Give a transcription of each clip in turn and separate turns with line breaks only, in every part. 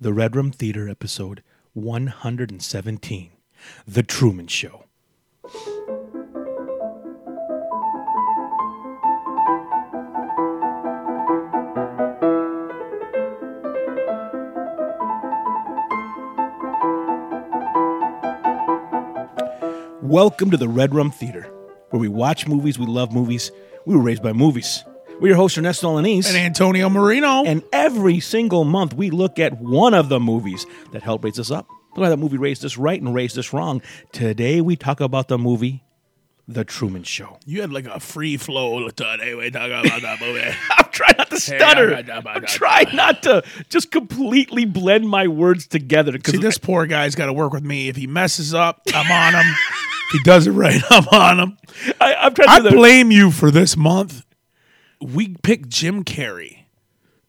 The Red Room Theater, episode 117 The Truman Show. Welcome to the Red Room Theater, where we watch movies, we love movies, we were raised by movies. We're your hosts, Ernesto Alaniz.
and Antonio Marino.
And every single month, we look at one of the movies that helped raise us up. Look at that movie raised us right and raised us wrong. Today, we talk about the movie The Truman Show.
you had like a free flow today. We talk about that movie.
I'm trying not to stutter. I'm trying not to just completely blend my words together.
See,
Because
this poor guy's got to work with me. If he messes up, I'm on him. if he does it right, I'm on him.
I'm trying
I
to do the,
blame you for this month. We picked Jim Carrey,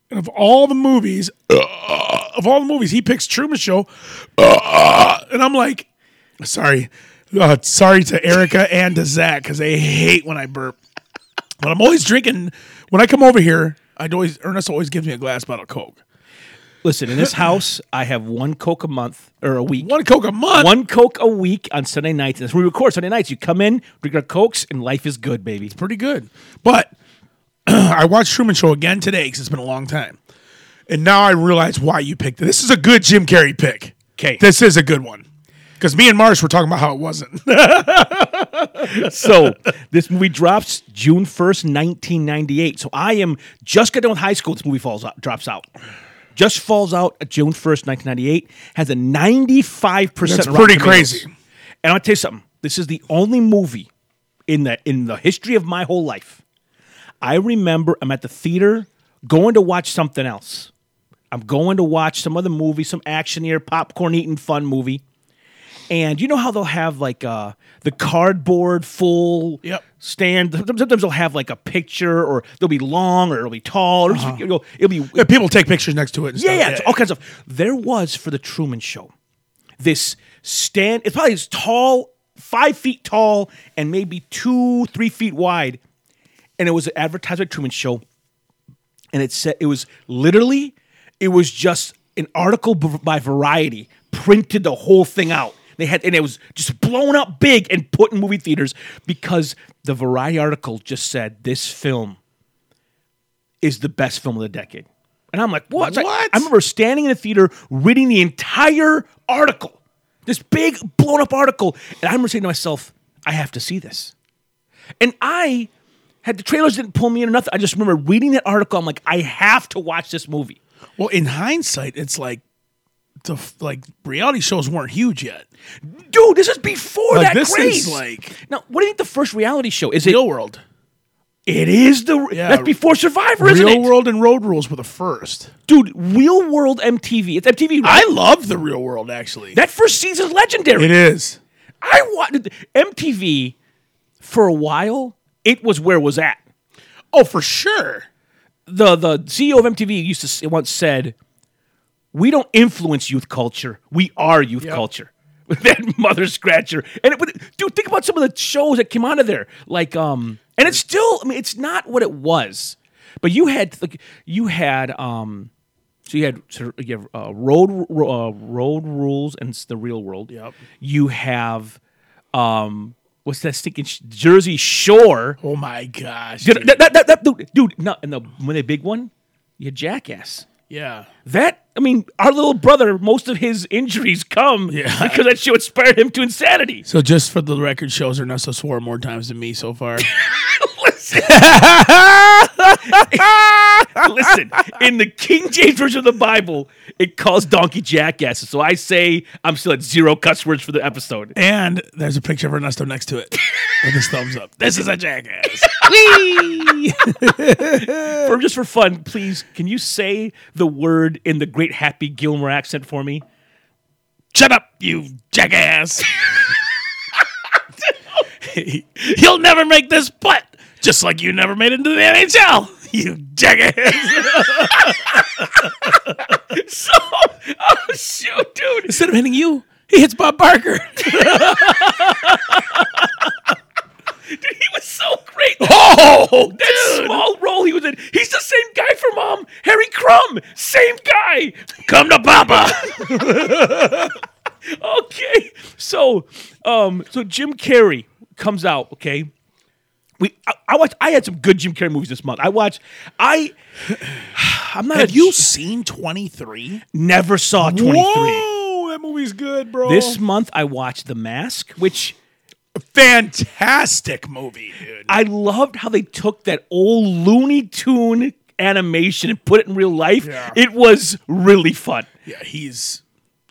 and of all the movies, uh, of all the movies, he picks Truman Show, Uh, and I'm like, sorry, uh, sorry to Erica and to Zach because they hate when I burp. But I'm always drinking when I come over here. I would always Ernest always gives me a glass bottle of Coke.
listen. In this house, I have one Coke a month or a week.
One Coke a month.
One Coke a week on Sunday nights. That's when we record Sunday nights. You come in, drink our Cokes, and life is good, baby.
pretty good. But I watched Truman Show again today because it's been a long time, and now I realize why you picked it. This is a good Jim Carrey pick.
'Kay.
this is a good one because me and Marsh were talking about how it wasn't.
so this movie drops June first, nineteen ninety eight. So I am just getting done with high school. This movie falls out, drops out. Just falls out at June first, nineteen ninety eight. Has a ninety five percent.
That's pretty crazy.
And I'll tell you something. This is the only movie in the in the history of my whole life. I remember I'm at the theater going to watch something else. I'm going to watch some other movie, some action here, popcorn eating fun movie. And you know how they'll have like uh, the cardboard full
Yep.
stand. Sometimes they'll have like a picture, or they'll be long, or it'll be tall, or it'll be- Uh-huh. it'll be
Yeah, people take pictures next to it.
yeah,
And stuff.
yeah, it's all kinds of. There was for the Truman Show, this stand. It's probably as tall, five feet tall, and maybe two, three feet wide, and it was an advertisement Truman Show, and it said it was literally, it was just an article b- by Variety printed the whole thing out. They had and it was just blown up big and put in movie theaters because the Variety article just said this film is the best film of the decade. And I'm like, what? It's like-
What?
I remember standing in a theater reading the entire article, this big blown up article. And I remember saying to myself, I have to see this. And I had the trailers didn't pull me in or nothing. I just remember reading that article. I'm like, I have to watch this movie.
Well, in hindsight, it's like the f- like reality shows weren't huge yet.
Dude, this is before
Like,
that
this
craze.
is like-
now, what do you think the first reality show is? It
Real World,
it is the
Yeah.
that's before Survivor, isn't
Real
it?
World, and Road Rules were the first.
Dude, Real World MTV. It's MTV. Right?
I love the Real World actually.
that first season's legendary.
it is.
I wanted MTV for a while. It was where it was at.
Oh, for sure.
The the CEO of MTV used to s- once said, "We don't influence youth culture. We are youth culture." that mother scratcher. And it, but, dude, think about some of the shows that came out of there. Like um, and it's still. I mean, it's not what it was. But you had like you had um, so you had sort of- you have, uh, road uh, road rules and it's the real world.
Yep.
You have um, what's that stinking sh- Jersey Shore?
Oh my gosh.
Did-
dude.
that- that- that- that- dude, dude, no, and the when they big one, you jackass.
yeah.
That I mean, our little brother, most of his injuries come
Yeah.
because that show inspired him to insanity.
So just for the record, shows Ernesto swore more times than me so far.
Listen, listen. In the King James version of the Bible, it calls donkey jackass. So I say I'm still at zero cuss words for the episode.
and there's a picture of Ernesto next to it with his thumbs up. This is a jackass.
for just for fun, please, can you say the word in the great Happy Gilmore accent for me?
Shut up, you jackass. You'll never make this putt, just like you never made it into the NHL. You jackass.
So, oh shoot, dude.
Instead of hitting you, he hits Bob Barker.
Dude, he was so great. That,
Oh,
that
dude.
small role he was in. He's the same guy from Mom, Harry Crumb. Same guy.
Come to Papa.
okay. So, um, so Jim Carrey comes out. Okay. We, I, I watched. I had some good Jim Carrey movies this month. I watched. I, I'm not.
Have
a-
you seen 23?
never saw 23?
Whoa, that movie's good, bro.
This month I watched The Mask, which
fantastic movie, dude.
I loved how they took that old Looney Tune animation and put it in real life.
Yeah.
It was really fun.
yeah, he's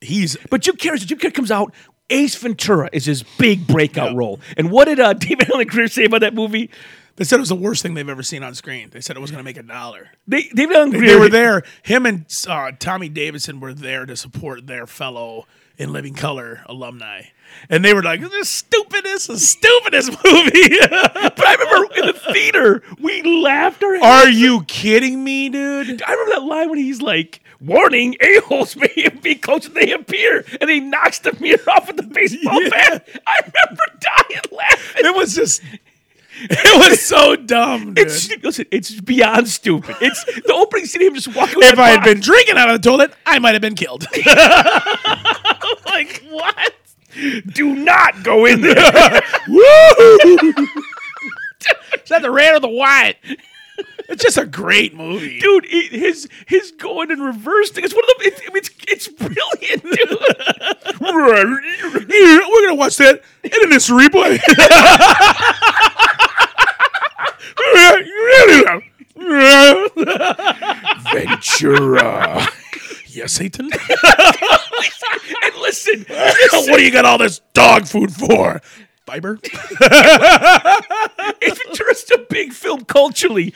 he's
But Jim Carrey, Jim Carrey comes out. Ace Ventura is his big breakout role. And what did uh, David Allen Greer say about that movie?
they said it was the worst thing they've ever seen on screen. They said it was going to make a dollar.
They, David Allen Greer.
They were there. Him and uh, Tommy Davidson were there to support their fellow in living color alumni. And they were like, "This is the stupidest, the stupidest movie."
But I remember in the theater, we laughed our heads.
Are you kidding me, dude?
I remember that line when he's like, "Warning, a holes may be closer than they appear," and he knocks the mirror off at the baseball
Yeah.
bat. I remember dying laughing.
It was just, it was so dumb. Dude.
It's listen, it's beyond stupid. It's the opening scene of him just walking.
if I had been drinking out of the toilet, I might have been killed.
like, what? Do not go in there.
Woo! Is that the red or the white? It's just a great movie.
dude. It, his his going in reverse thing. It's one of the. It's it's, it's brilliant, dude.
We're gonna watch that in this replay. Ventura. Yes, Satan.
and listen,
what do you got all this dog food for? Fiber.
it's just a big film culturally.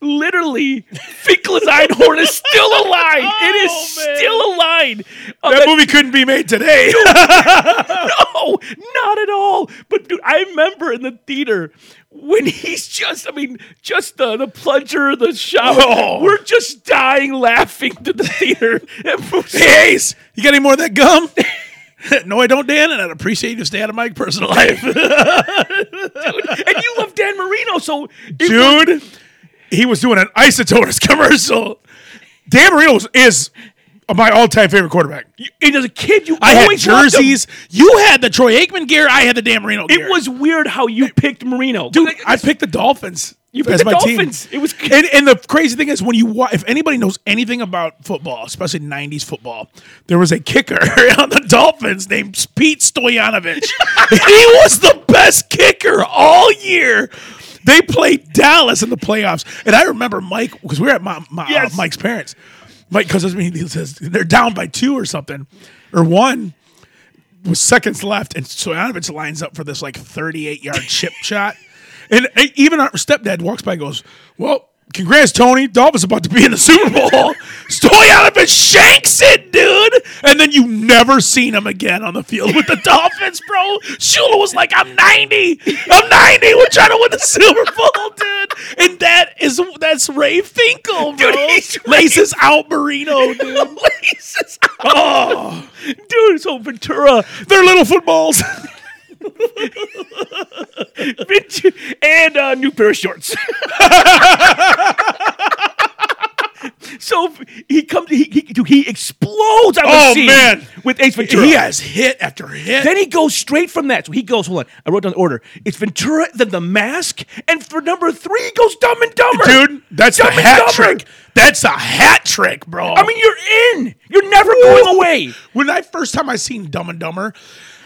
Literally, Finkel's Einhorn is still a line. It is
Oh, man.
still a line. Uh,
That movie couldn't be made today.
No, not at all. But dude, I remember in the theater when he's just, I mean, just the, the plunger, the shower.
Oh.
We're just dying laughing to the theater. That movie's-
Hey, Ace, you got any more of that gum? no, I don't, Dan, and I'd appreciate you stay out of my personal life.
and you love Dan Marino, so it was-
Dude, he was doing an Isotores commercial. Dan Marino is- is my all time favorite quarterback.
and as a kid, you
I had
always loved him.
jerseys. You had the Troy Aikman gear. I had the Dan Marino gear.
It was weird how you picked Marino,
Dude, I picked the Dolphins.
You picked
as
the
my team.
Dolphins. It was
and, and the crazy thing is when you wa- if anybody knows anything about football, especially '90s football, there was a kicker on the Dolphins named Pete Stoyanovich. he was the best kicker all year. They played Dallas in the playoffs, and I remember Mike because we were at my, my- uh,
Yes.
Mike's parents. Mike, because I mean, he says they're down by two or something, or one with seconds left, and Stoyanovich lines up for this like 38 yard chip shot. And uh, even our stepdad walks by and goes, Well, congrats, Tony. Dolphins about to be in the Super Bowl. Stoyanovich shanks it, dude. And then you never seen him again on the field with the Dolphins, bro. Shula was like, I'm 90. I'm 90. We're trying to win the Super Bowl, dude. And that is that's Ray Finkel, bro.
he's
Laces out Marino, dude.
Laces out.
Oh!
Dude, so Ventura,
They're little footballs.
Ventura and uh, new pair of shorts. so he comes, he, he, dude, he explodes on the
Oh,
scene
man.
with Ace Ventura.
He has hit after hit.
Then he goes straight from that. So he goes, hold on, I wrote down the order. It's Ventura, then the mask, and for number three, he goes Dumb and Dumber.
Dude, that's a
Dumb and
hat
Dumber.
trick. That's a hat trick, bro.
I mean, you're in. You're never going away.
when I first time I seen Dumb and Dumber,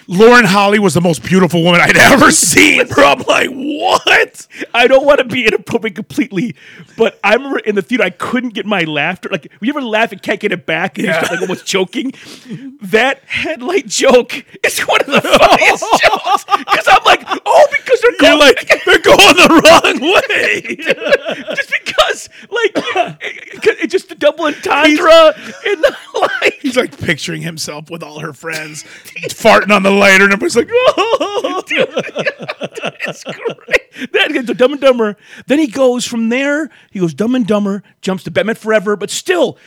Lauren Holly was the most beautiful woman I'd ever seen, bro. I'm like, what?
I don't want to be inappropriate completely, but I remember in the theater I couldn't get my laughter. Like, you ever laugh and can't get it back, and you
Yeah.
start like almost choking? That headlight joke is one of the funniest jokes because I'm like, oh, because they're
You're
going
like, they're going the wrong way.
just because, like, it, it- it just the double entendre in the like.
He's like picturing himself with all her friends, farting on the lighter, and everybody's like, oh.
Dude, it's great. That gets to Dumb and Dumber. Then he goes from there. He goes Dumb and Dumber, jumps to Batman Forever, but still,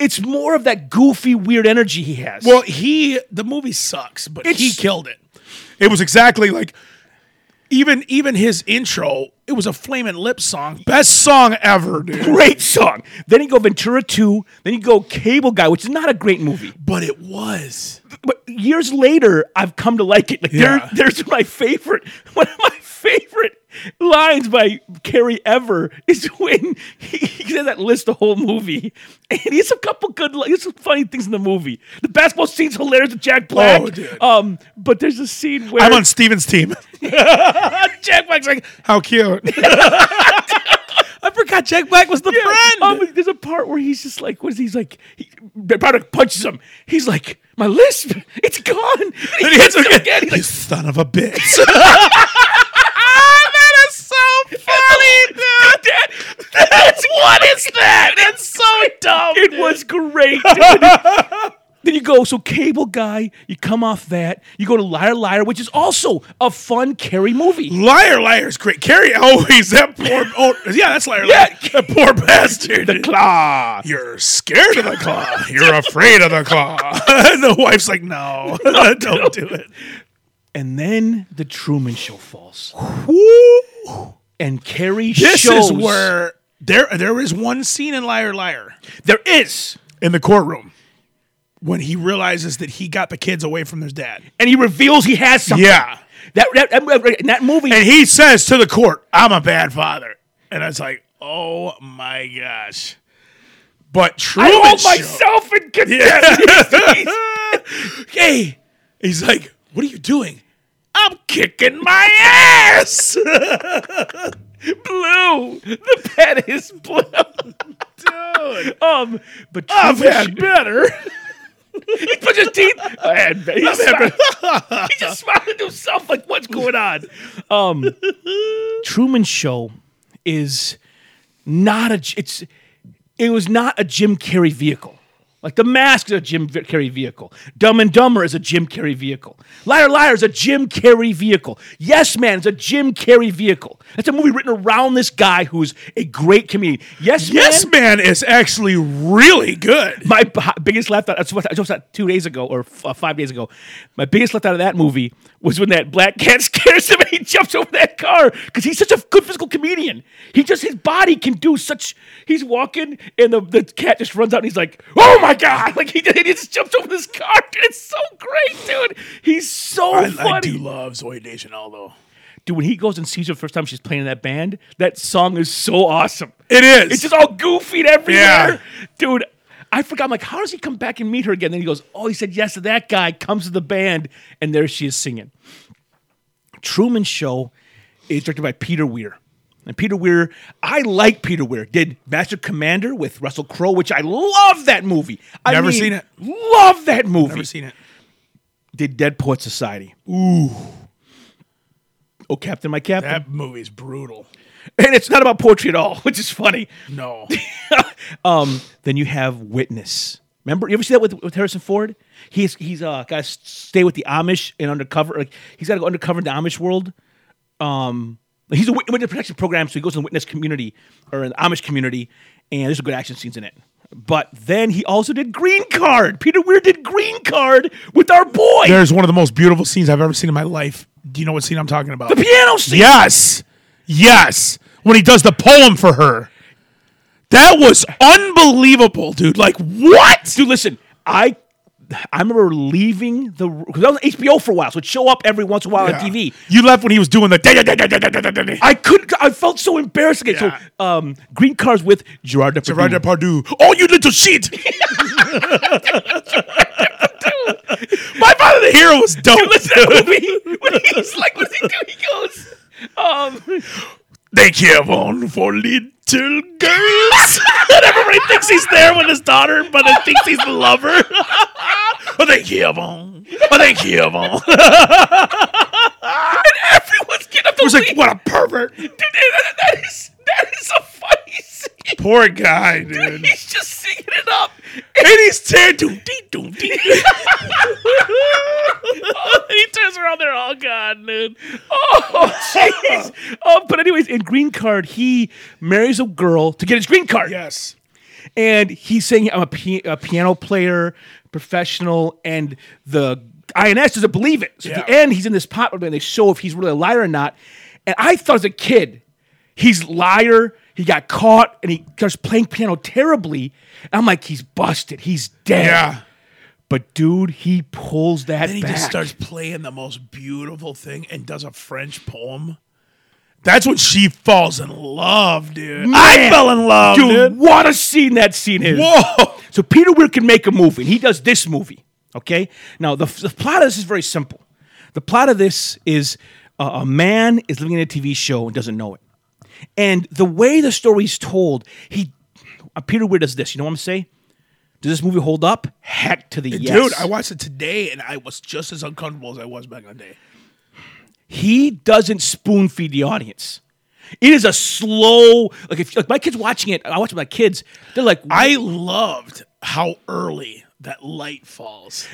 it's more of that goofy, weird energy he has.
Well, he the movie sucks, but he
It's-
killed it. It was exactly like Even even his intro, it was a flaming lip song. Best song ever, dude.
Great song. Then you go Ventura 2. Then you go Cable Guy, which is not a great movie.
But it was.
But years later, I've come to like it. Like
Yeah.
there, there's my favorite, one of my favorite lines by Carrie ever is when he, he says that list the whole movie, and he has a couple good, li- he has some funny things in the movie. The basketball scene's hilarious with Jack Black.
Oh, dude.
Um, but there's a scene where
I'm on Steven's team.
Jack Black's like,
How cute. I forgot Jack Black was the
Yeah.
friend.
Um, there's a part where he's just like, what is he? He's like, he, the product punches him. He's like, my lisp, it's gone. And he, hits him again. He's
you
like,
son of a bitch.
that is so funny, dude. that's what is that? That's so dumb. It was great. dude. Then you go, so cable guy, you come off that, you go to Liar Liar, which is also a fun Carrie movie.
Liar, liar is great. Carrie always that poor. Oh, yeah, that's liar. liar.
Yeah.
that poor bastard.
The Claw.
You're scared of the claw. You're afraid of the claw. and the wife's like, no, don't do it.
And then the Truman Show falls.
Woo.
And Carrie
This
shows
is where there there is one scene in Liar, Liar
there is.
in the courtroom when he realizes that he got the kids away from their dad,
and he reveals he has something.
Yeah.
That that, that, in that movie.
and he says to the court, "I'm a bad father," and it's like, oh my gosh. But
I
Truman
hold
Show-
myself in contempt.
hey, he's like, what are you doing? I'm kicking my ass.
Blue, the pet is blue.
Dude,
Um, but
I've
Truman
had
Sh-
better.
he put his teeth. I had better. He, just smiled- he just smiled at himself like, "What's going on?" Um, Truman Show is not a. It's it was not a Jim Carrey vehicle. Like the mask is a Jim Carrey vehicle. Dumb and Dumber is a Jim Carrey vehicle. Liar Liar is a Jim Carrey vehicle. Yes Man is a Jim Carrey vehicle. That's a movie written around this guy who's a great comedian. Yes,
Yes,
Man.
man is actually really good.
My b- biggest laugh out, I just watched I just watched that two days ago or f- uh, five days ago. My biggest laugh out of that movie was when that black cat scares him and he jumps over that car because he's such a good physical comedian. He just, his body can do such, he's walking and the, the cat just runs out and he's like, oh my God. Like he, he just jumps over this car. Dude, it's so great, dude. He's so
I,
funny.
I do love Zoe Deschanel though.
Dude, when he goes and sees her the first time she's playing in that band, that song is so awesome.
It is.
It's just all goofy and everywhere.
Yeah.
Dude, I forgot. I'm like, how does he come back and meet her again? Then he goes, oh, he said yes to that guy, comes to the band, and there she is singing. Truman Show is directed by Peter Weir. And Peter Weir, I like Peter Weir. Did Master Commander with Russell Crowe, which I love that movie. I
Never
mean,
seen it.
Love that movie
Never seen it.
did Dead Poet Society. Ooh. Oh, Captain, my Captain.
That movie's brutal.
And it's not about poetry at all, which is funny.
No.
um, then you have Witness. Remember, you ever see that with, with Harrison Ford? He's he's uh got to stay with the Amish and undercover. Like he's got to go undercover in the Amish world. Um, he's a wit- witness protection program, so he goes to the witness community or an Amish community, and there's some good action scenes in it. But then he also did Green Card. Peter Weir did Green Card with our boy,
There's one of the most beautiful scenes I've ever seen in my life. Do you know what scene I'm talking about?
the piano scene.
Yes. Yes. When he does the poem for her. That was unbelievable, dude. Like, what?
Dude, listen, I I remember leaving the because I was on HBO for a while, so it'd show up every once in a while
Yeah.
on TV.
You left when he was doing the. da- da- da- da- da- da- da- da- da.
I couldn't. I felt so embarrassed again.
Yeah.
So, um, green cars with Gerard Depardieu.
Gerard Depardieu. Oh, you little shit. My father, the hero, was dope.
when he's like, what's he doing? He goes, um,
They care on for little girls. and everybody thinks he's there with his daughter, but he thinks he's the lover. but they care on. But they care on. It
everyone's getting up to
was like,
leave.
what a pervert.
Dude, that- that is that is a funny scene.
Poor guy, dude.
He's just singing it up.
and he's tattooed. Dee, doo, dee.
he turns around there, oh god, dude. Oh jeez. um, but anyways, in Green Card, he marries a girl to get his green card.
yes.
And he's saying, I'm a, pi- a piano player, professional, and the INS doesn't believe it. So at the
Yeah.
end, he's in this pot and they show if he's really a liar or not. And I thought as a kid, he's liar. He got caught and he starts playing piano terribly. And I'm like, he's busted. He's dead.
Yeah.
But dude, he pulls that
Then he
back.
just starts playing the most beautiful thing and does a French poem. That's when she falls in love, dude. I
Man.
fell in love,
dude,
dude.
what a scene that scene is.
Whoa.
So Peter Weir can make a movie, and he does this movie. Okay. Now the, the plot of this is very simple. The plot of this is uh, a man is living in a TV show and doesn't know it, and the way the story is told, he uh, Peter Weir does this. You know what I'm saying? Does this movie hold up? Heck to the yes.
Dude, I watched it today and I was just as uncomfortable as I was back in the day.
he doesn't spoon feed the audience. It is a slow like if like my kids watching it. I watch it with my kids. They're like,
I loved how early that light falls.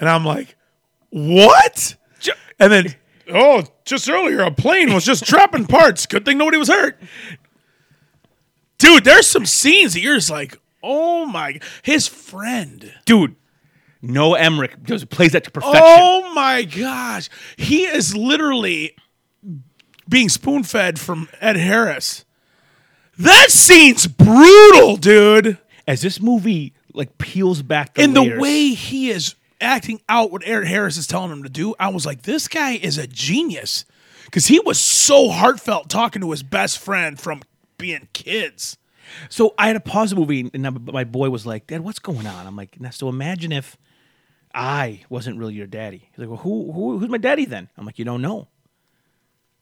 And I'm like, what?
Ju-
And then, oh, just earlier, a plane was just dropping parts. Good thing nobody was hurt. Dude, there's some scenes that you're just like, oh my. His friend.
dude, Noah Emmerich does plays that to perfection.
Oh my gosh. He is literally being spoon fed from Ed Harris. That scene's brutal, dude.
as this movie like peels back the
And
layers-
the way he is acting out what Eric Harris is telling him to do, I was like, this guy is a genius. Because he was so heartfelt talking to his best friend from being kids.
so i had to pause the movie and my- my boy was like dad what's going on i'm like "Nah, so imagine if i wasn't really your daddy he's like well who, who who's my daddy then i'm like you don't know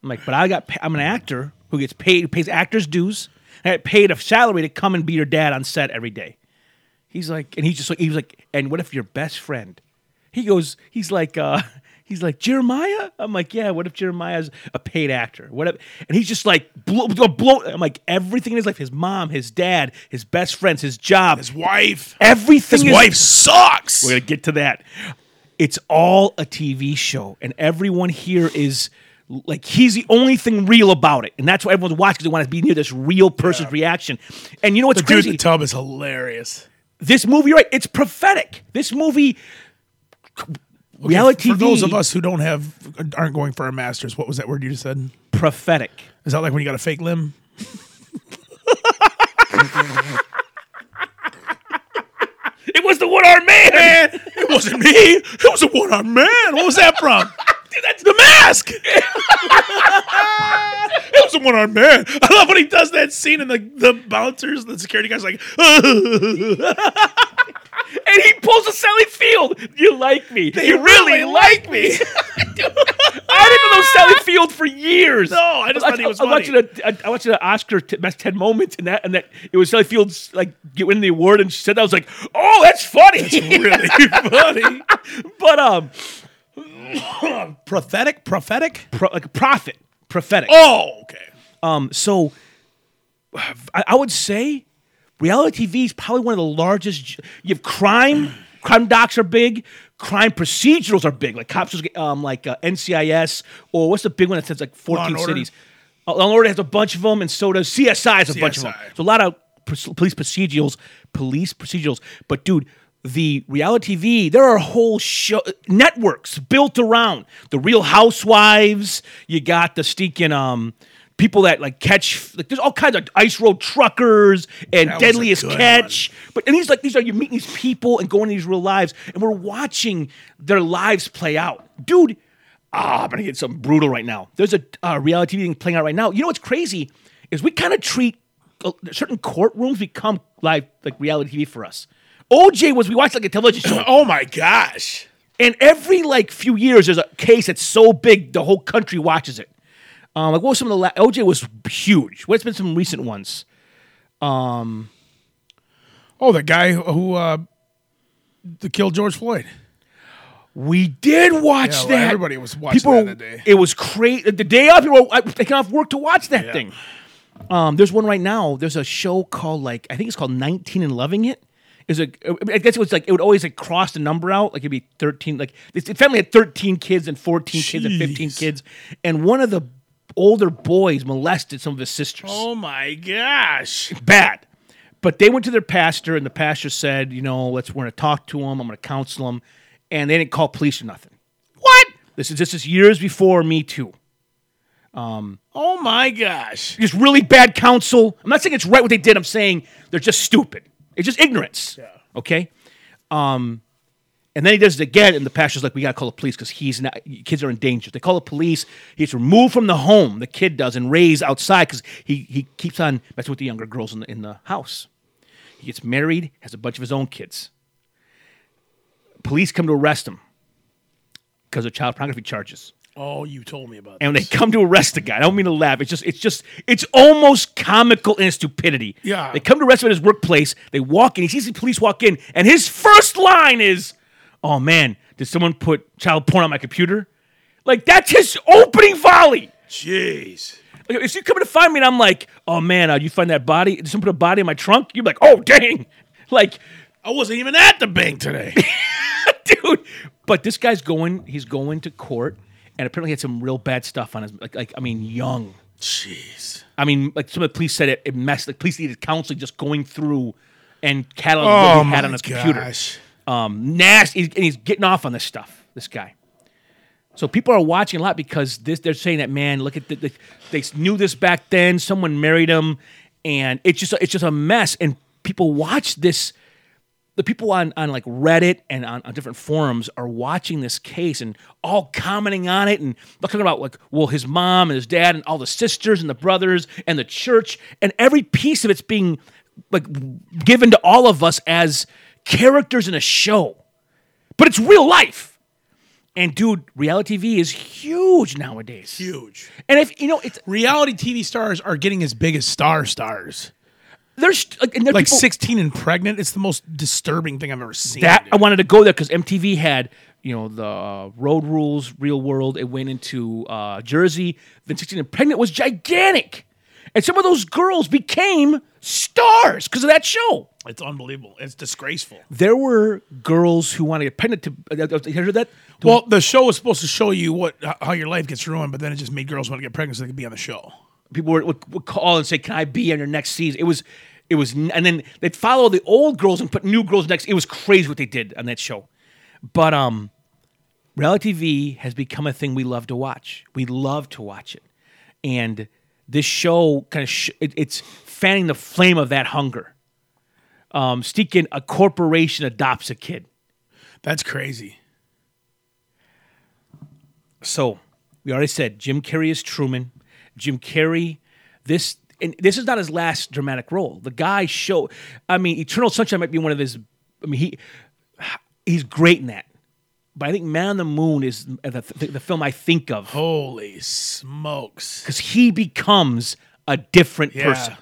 i'm like but i got pa- i'm an actor who gets paid who pays actors dues and i got paid a salary to come and be your dad on set every day he's like and he's just like he was like and what if your best friend he goes he's like uh He's like Jeremiah. I'm like, yeah. What if Jeremiah's a paid actor? What if? And he's just like blow, blow. I'm like, everything in his life, his mom, his dad, his best friends, his job,
His wife.
everything.
His
is-
wife sucks.
We're gonna get to that. It's all a TV show, and everyone here is like he's the only thing real about it, and that's why everyone's watching. 'cause They want to be near this real person's reaction. And you know what's
Dude,
crazy?
the tub is hilarious.
this movie, you're right? It's prophetic. This movie, reality
For
TV,
those of us who don't have, aren't going for our masters, what was that word you just said?
prophetic.
Is that like when you got a fake limb?
It was the one armed man.
It wasn't me. It was a one-armed man. What was that from? Dude, that's the mask. it was a one-armed man. I love when he does that scene and the, the bouncers, the security guys, like,
and he pulls a Sally Field. You like me? They you really like me? I didn't know Sally Field for years.
No, Oh, I just thought he was
I, watched
funny.
it- I, I watched an Oscar t- best ten moments, and that and that it was Sally Field's like get winning the award, and she said that I was like, oh, that's funny.
really funny.
but um,
Prophetic, prophetic.
pro- like a prophet, prophetic.
Oh, okay.
Um, so I, I would say reality TV is probably one of the largest. j- You have crime, crime docs are big, crime procedurals are big, like cops, um, like uh, NCIS or what's the big one that says like
and
fourteen
Order?
cities. Uh, Law and Order has a bunch of them, and so does CSI has a bunch of them.
CSI.
So a lot of pr- police procedurals, police procedurals. But dude, the reality TV, there are whole show networks built around the Real Housewives. You got the stinking um people that like catch like there's all kinds of ice road truckers and
That was a
deadliest
good
catch. But and these like these are you meeting these people and going to these real lives, and we're watching their lives play out, dude. Ah, I'm gonna get something brutal right now. There's a uh, reality TV thing playing out right now. You know what's crazy is we kind of treat uh, certain courtrooms become live like reality TV for us. OJ was we watched like a television show.
Oh my gosh.
And every like few years, there's a case that's so big the whole country watches it. Um, like what was some of the la- OJ was huge. What's been some recent ones?
Oh, the guy who- who uh, that killed George Floyd.
We did watch
Yeah, well,
that.
everybody was watching
people,
that that day.
It was crazy. The day off, people were taking off work to watch that
Yeah.
thing. Um, there's one right now. There's a show called like I think it's called 19 and Loving It. Is a I guess it was like it would always like cross the number out. Like it'd be 13. Like this family had 13 kids and 14 kids and 15
Jeez.
kids, and one of the older boys molested some of his sisters
Oh my gosh.
bad. But they went to their pastor, and the pastor said, "You know, let's. We're going to talk to him. I'm going to counsel him." and they didn't call police or nothing.
What?
This is this is years before Me Too.
Oh my gosh.
Just really bad counsel. I'm not saying it's right what they did. I'm saying they're just stupid. It's just ignorance. Okay. Um, and then he does it again, and the pastor's like, "We gotta call the police because he's not. Kids are in danger. If They call the police. He's removed from the home. The kid does and raised outside because he he keeps on messing with the younger girls in the in the house. He gets married, has a bunch of his own kids. Police come to arrest him because of child pornography charges.
Oh, you told me about
and when they come to arrest the guy, I don't mean to laugh. It's just, it's just, it's almost comical in its stupidity.
Yeah.
They come to arrest him at his workplace. They walk in. He sees the police walk in, and his first line is, "Oh man, did someone put child porn on my computer?" Like that's his opening volley.
Jeez.
Like, if you coming to find me, and I'm like, "Oh man, uh, you find that body? Did someone put a body in my trunk?" You're like, "Oh dang!" Like,
I wasn't even at the bank today.
dude. But this guy's going. He's going to court, and apparently he had some real bad stuff on his. Like, like I mean, young.
Jeez.
I mean, like some of the police said it, it messed. Like police needed counseling just going through and cataloging
Oh
what he
my
had on his computer.
gosh.
Um, nasty, and he's getting off on this stuff. This guy. So people are watching a lot because this, they're saying that man, look at the, the, they knew this back then. Someone married him, and it's just it's just a mess. And people watch this. The people on, on like Reddit and on, on different forums are watching this case and all commenting on it and they're talking about like well his mom and his dad and all the sisters and the brothers and the church and every piece of it's being like given to all of us as characters in a show, but it's real life. And dude, reality TV is huge nowadays.
Huge.
And if you know, it's
Reality TV stars are getting as big as star stars.
there's like, and there are
Like
people-
16 and pregnant. It's the most disturbing thing I've ever seen.
that
dude.
I wanted to go there because MTV had you know the uh, Road Rules, Real World. It went into uh, Jersey. Then 16 and Pregnant was gigantic, and some of those girls became stars because of that show.
it's unbelievable. It's disgraceful.
There were girls who wanted to get pregnant to. Uh, uh, you heard that?
Well, the show was supposed to show you what h- how your life gets ruined, but then it just made girls want to get pregnant so they could be on the show.
people would, would, would call and say, "Can I be on your next season?" It was, it was, and then they'd follow the old girls and put new girls next. It was crazy what they did on that show. But um, reality TV has become a thing we love to watch. We love to watch it, and this show kind of sh- it, it's fanning the flame of that hunger. Um, Steakin, a corporation adopts a kid.
That's crazy.
So we already said Jim Carrey is Truman. Jim Carrey, this and this is not his last dramatic role. The guy show, I mean, Eternal Sunshine might be one of his. I mean, he he's great in that. But I think Man on the Moon is the, the, the film I think of
Holy smokes.
because he becomes a different
Yeah.
person.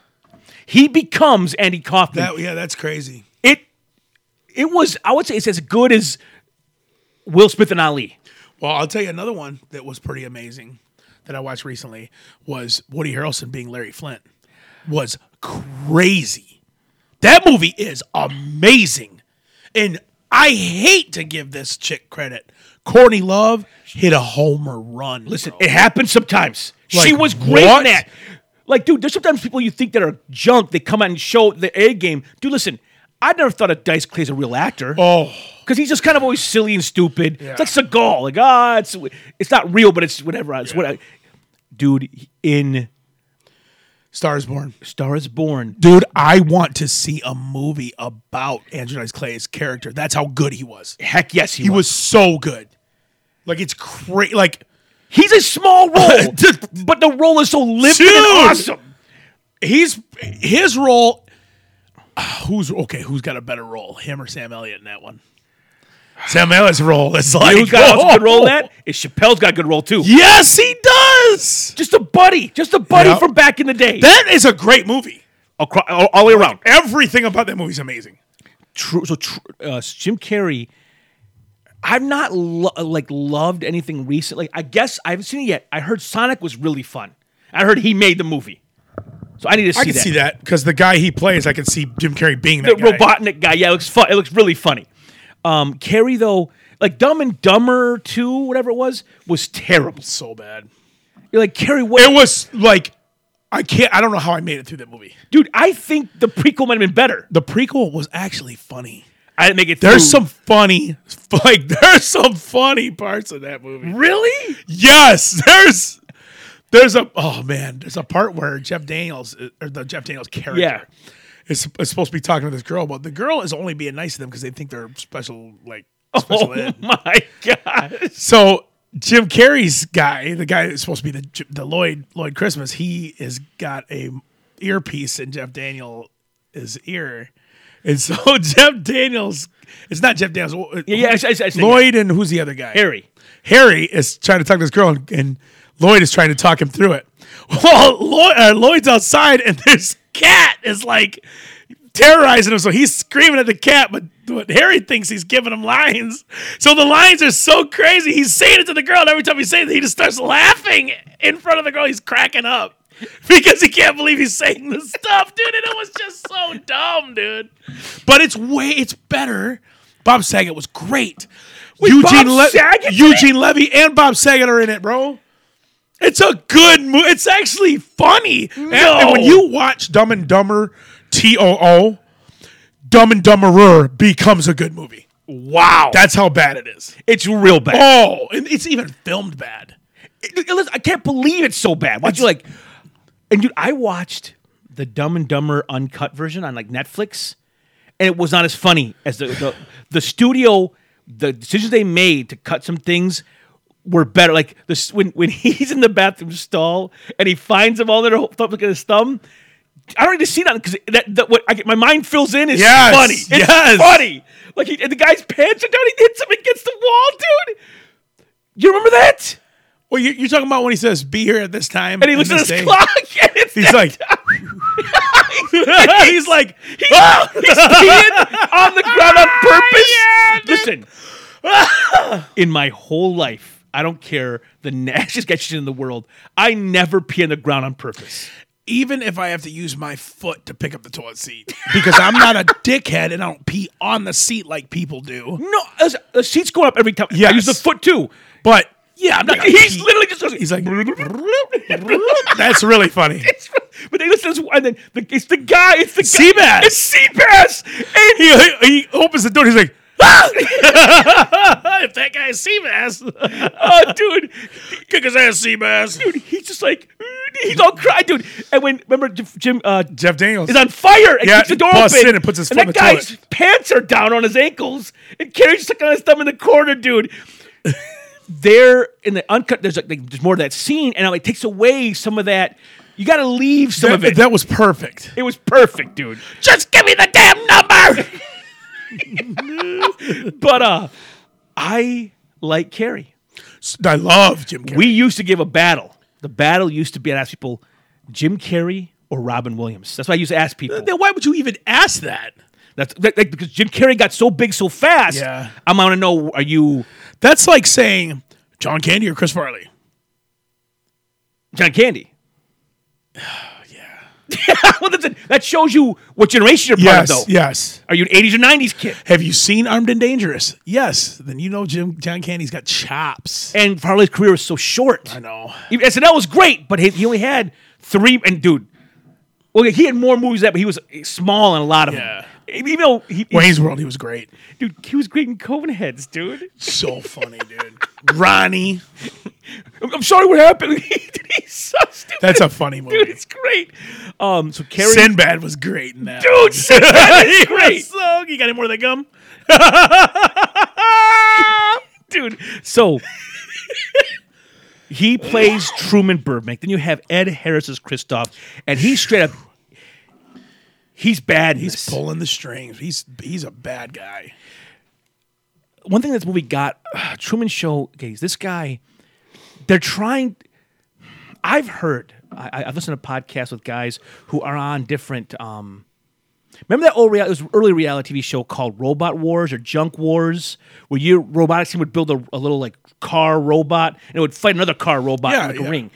He becomes Andy Kaufman.
That yeah, that's crazy.
it it was I would say it's as good as Will Smith and Ali.
Well, I'll tell you another one that was pretty amazing that I watched recently was Woody Harrelson being Larry Flint was crazy. That movie is amazing. And I hate to give this chick credit. Courtney Love hit a homer run.
Listen, it happens sometimes. she
Like,
was great
what?
in that. Like, dude, there's sometimes people you think that are junk. They come out and show the A game. Dude, listen, I never thought of Dice Clay's a real actor
oh,
because he's just kind of always silly and stupid. It's like Seagal. Like, ah, it's it's not real, but it's whatever. It's what, I, dude. In
Stars Born.
Star Is Born,
Dude, I want to see a movie about Andrew Dice Clay's character. That's how good he was.
heck yes, he,
He
was.
was so good. Like it's crazy. Like
He's a small role, but the role is so living
Dude!
and awesome.
he's his role. Ah, Who's okay? Who's got a better role, him or Sam Elliott in that one? Sam Elliott's role is like
Who's got a good role? in
whoa.
That is Chappelle's got a good role too.
Yes, he does.
Just a buddy, just a buddy
Yep.
from back in the day.
That is a great movie.
across, all, all the way around.
Everything about that movie is amazing.
True. So tr- uh, Jim Carrey, I've not lo- uh, like loved anything recently. I guess I haven't seen it yet. I heard Sonic was really fun. I heard he made the movie, so I need to see
I can
that.
see that because the guy he plays, I can see Jim Carrey being
The
that guy.
Robotnik guy, yeah, it looks fun. It looks really funny. Um, Carrey though, like Dumb and Dumber Two, whatever it was, was terrible.
So bad.
You're like Carrey, what?
It was like I can't. I don't know how I made it through that movie.
dude, I think the prequel might have been better.
The prequel was actually funny.
I didn't make it.
There's
through.
some funny, like there's some funny parts of that movie.
really.
Yes, there's there's a oh man, there's a part where Jeff Daniels uh, or the Jeff Daniels character
Yeah.
is, is supposed to be talking to this girl, but the girl is only being nice to them because they think they're special, like special ed.
Oh my gosh.
So Jim Carrey's guy, the guy that's supposed to be the the Lloyd Lloyd Christmas, he has got a earpiece in Jeff Daniel' his ear, and so Jeff Daniels, it's not Jeff Daniels, uh,
Yeah, I, I, I,
Lloyd and who's the other guy?
Harry.
Harry is trying to talk to this girl, and, and Lloyd is trying to talk him through it. Well, Lloyd, uh, Lloyd's outside, and this cat is like terrorizing him. So he's screaming at the cat, but, but Harry thinks he's giving him lines. So the lines are so crazy. He's saying it to the girl, and every time he says it, he just starts laughing in front of the girl. He's cracking up. Because he can't believe he's saying this stuff, dude, and it was just so dumb, dude. But it's way, it's better. Bob Saget was great. Eugene,
Bob
Le-
Saget's
Eugene Levy and Bob Saget are in it, bro. It's a good movie. It's actually funny. And- And when you watch Dumb and Dumber TOO, Dumb and Dumberer becomes a good movie.
Wow.
That's how bad it is.
it's real bad.
Oh, and it's even filmed bad.
It- it- listen, I can't believe it's so bad. Why'd you like? And dude, I watched the Dumb and Dumber uncut version on like Netflix, and it was not as funny as the the, the studio. The decisions they made to cut some things were better. Like this, when when he's in the bathroom stall and he finds them all there, ho- looking at his thumb. I don't need to see that because that, that what I get, my mind fills in is
Yes,
funny. It's
yes.
funny. Like he, and the guy's pants are down. He hits him against the wall, dude. You remember that?
Well, you- you're talking about when he says, be here at this time.
and he looks at his clock and it's
He's like,
he's like "Ah!" he's, he's peeing on the ground on purpose. Listen, Ah, in my whole life, I don't care the nastiest sketches in the world. I never pee on the ground on purpose.
even if I have to use my foot to pick up the toilet seat, because I'm not a dickhead and I don't pee on the seat like people do.
No, listen, the seats go up every time. I use the
Yes.
foot too.
But
Yeah, I'm not.
gonna
He's
pee.
literally just.
He's like,
like.
that's really funny.
It's- but they listen to this, and then the, it's the guy, it's the guy,
Seabass.
it's Seabass, and
He, he, he opens the door. He's like, ah! if that guy is Seabass,
oh, dude,
kick his ass, Seabass.
dude, he's just like "Mm, he's all crying, dude. And when remember J- Jim uh,
Jeff Daniels.
is on fire and
Yeah,
keeps the door
busts
open
in and puts his
and
foot
that
in the
guy's pants are down on his ankles and Carrie's stuck on his thumb in the corner, dude. There in the uncut, there's like there's more of that scene, and it takes away some of that. You got to leave some of
that,
it.
that was perfect.
it was perfect, dude.
Just give me the damn number.
But uh, I like Carrie.
I love Jim Carrey.
We used to give a battle. The battle used to be I'd ask people, Jim Carrey or Robin Williams. That's what I used to ask people.
then why would you even ask that?
That's that, like, because Jim Carrey got so big so fast.
Yeah.
I want to know: Are you
That's like saying John Candy or Chris Farley.
John Candy? yeah. well, that's it. that shows you what generation you're part of, though.
yes.
Are you an '80s or '90s kid?
Have you seen Armed and Dangerous? Yes. Then you know Jim John Candy's got chops.
And Farley's career was so short.
I know.
Even SNL was great, but he, he only had three. And dude, well, he had more movies than that, but he was small in a lot of
Yeah.
them. Even though he, he-
Wayne's World, he was great.
dude, he was great in Coneheads, dude.
So funny, dude. Ronnie.
I'm, I'm sorry, what happened? He's so stupid.
That's a funny movie.
dude, it's great. Um, so Carrie.
Sinbad was great in that.
Dude, Sinbad is great.
So, you got any more of that gum?
dude. So he plays Truman Burbank. Then you have Ed Harris as Kristoff, and he's straight up. He's bad. in
He's
this.
pulling the strings. He's he's a bad guy.
one thing this movie got Truman Show. Okay, this guy, they're trying. I've heard. I, I- I've listened to podcasts with guys who are on different. Um, remember that old reality, it was an early reality TV show called Robot Wars or Junk Wars, where your robotics team would build a, a little like car robot and it would fight another car robot
Yeah,
in like
yeah.
a ring.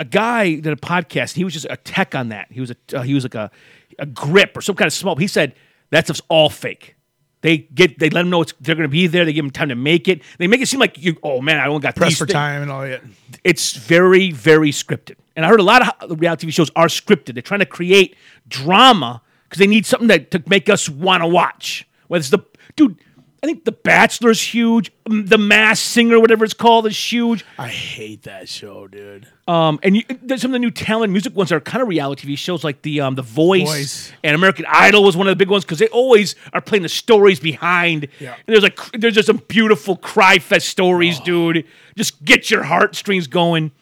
A guy did a podcast. And he was just a tech on that. He was a uh, he was like a a grip or some kind of small. He said that stuff's all fake. They get they let him know it's, they're going to be there. They give him time to make it. They make it seem like you. Oh man, I only got
Press
these
for
thi-
time and all that.
it's very very scripted and i heard a lot of ho- reality tv shows are scripted they're trying to create drama because they need something that, to make us want to watch Whether it's the dude, I think The Bachelor's huge. um, The Mass Singer, whatever it's called, is huge.
I hate that show, dude.
Um, and you, there's some of the new talent music ones are kind of reality TV shows like the um, the Voice,
Voice.
and American Idol was one of the big ones because they always are playing the stories behind.
Yeah.
And there's like there's just some beautiful cry fest stories, dude. Just get your heartstrings going.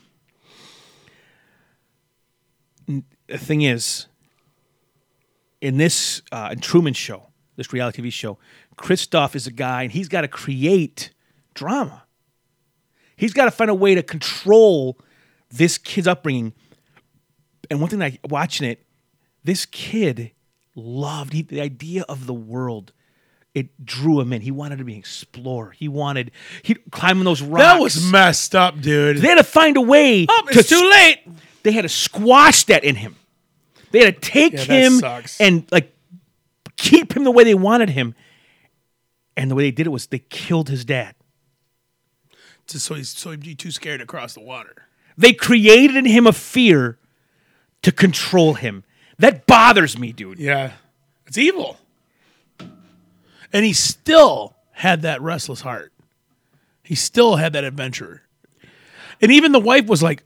N- The thing is, in this uh, in Truman Show, this reality TV show, Kristoff is a guy, and he's got to create drama. He's got to find a way to control this kid's upbringing. And one thing that I watching it, this kid loved he, the idea of the world. It drew him in. He wanted to be an explorer. He wanted he climbing those rocks.
That was messed up, dude.
they had to find a way.
Up,
to
it's too late.
They had to squash that in him. They had to take
Yeah, that
him
sucks.
and like keep him the way they wanted him. And the way they did it was they killed his dad.
So he's so he'd be too scared to cross the water.
They created in him a fear to control him. That bothers me, dude.
Yeah, it's evil. And he still had that restless heart. He still had that adventure. And even the wife was like,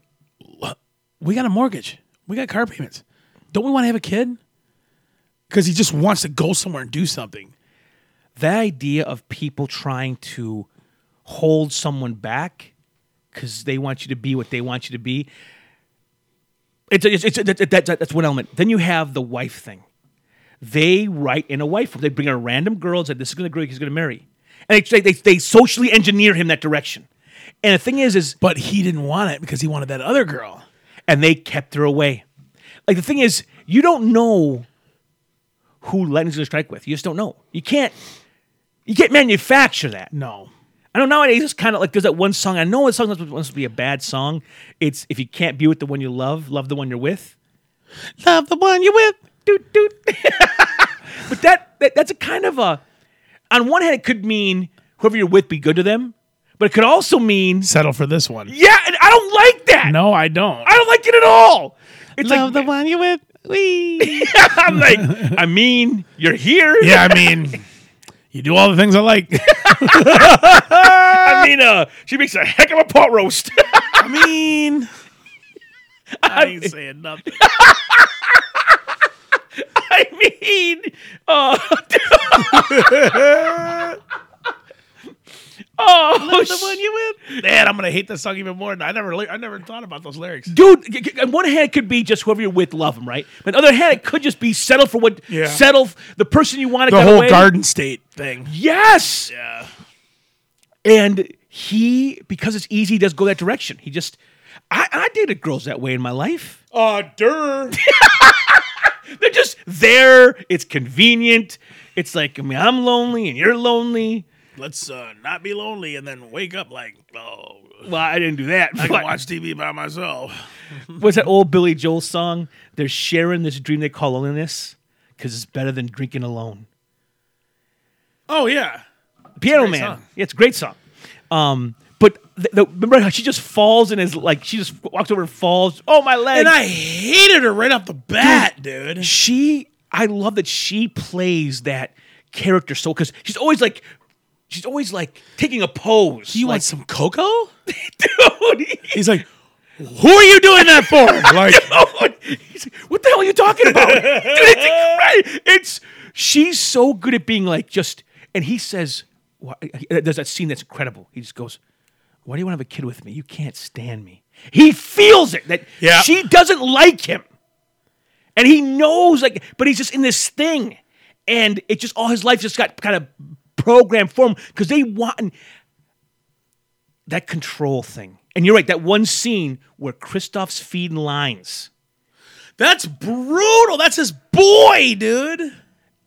"We got a mortgage. We got car payments. Don't we want to have a kid?" Because he just wants to go somewhere and do something.
That idea of people trying to hold someone back because they want you to be what they want you to be. It's, it's, it's, that- that- that- that's one element. Then you have the wife thing. They write in a wife. They bring in a random girl and say, "This is going to girl he's going to marry," and they, they they socially engineer him that direction. And the thing is, is
But he didn't want it because he wanted that other girl.
and they kept her away. Like the thing is, you don't know who lightning's gonna strike with. You just don't know. You can't you can't manufacture that.
No.
I don't know nowadays it's kinda like there's that one song. I know a song that's supposed to be a bad song. It's if you can't be with the one you love, love the one you're with.
Love the one you with.
Doot doot. but that, that that's a kind of a on one hand it could mean whoever you're with be good to them, but it could also mean
Settle for this one.
Yeah, and I don't like that.
No, I don't.
I don't like it at all. It's like
the one you with. Wee.
I'm like, I mean, you're here.
yeah, I mean, you do all the things I like.
I mean, uh, she makes a heck of a pot roast.
I mean, I ain't saying nothing.
I mean, uh, oh,
the one you with. Man, I'm gonna hate this song even more. than I never, li- I never thought about those lyrics.
dude. g- g- On one hand, it could be just whoever you're with, love them, right? But on the other hand, it could just be settle for what
Yeah.
settle f- the person you want to
The
get
whole
away.
Garden State thing.
Yes,
Yeah,
and he because it's easy, he does go that direction. He just, I, I dated girls that way in my life.
uh, dur.
They're just there. It's convenient. It's like, I mean, I'm lonely and you're lonely.
Let's uh, not be lonely and then wake up like, oh,
Well, I didn't do that.
I
but-
can watch TV by myself.
What's that old Billy Joel song? They're sharing this dream they call loneliness because it's better than drinking alone.
Oh yeah,
Piano
great
Man.
song.
Yeah, it's a great song. Um, but the, the, remember how she just falls and is like, she just walks over and falls. Oh, my leg.
and I hated her right off the bat, dude.
she I love that she plays that character so because she's always like she's always like taking a pose.
You
like,
want some cocoa?
dude,
He's like, who are you doing that for? Like,
He's like, what the hell are you talking about? Dude, it's, incredible. It's- she's so good at being like just and he says why- there's that scene that's incredible. He just goes, "Why do you want to have a kid with me? You can't stand me." He feels it that
Yeah.
she doesn't like him. And he knows like but he's just in this thing and it just all his life just got kind of programmed for him cuz they want and that control thing. And you're right, that one scene where Kristoff's feeding lines.
that's brutal. That's his boy, dude.
And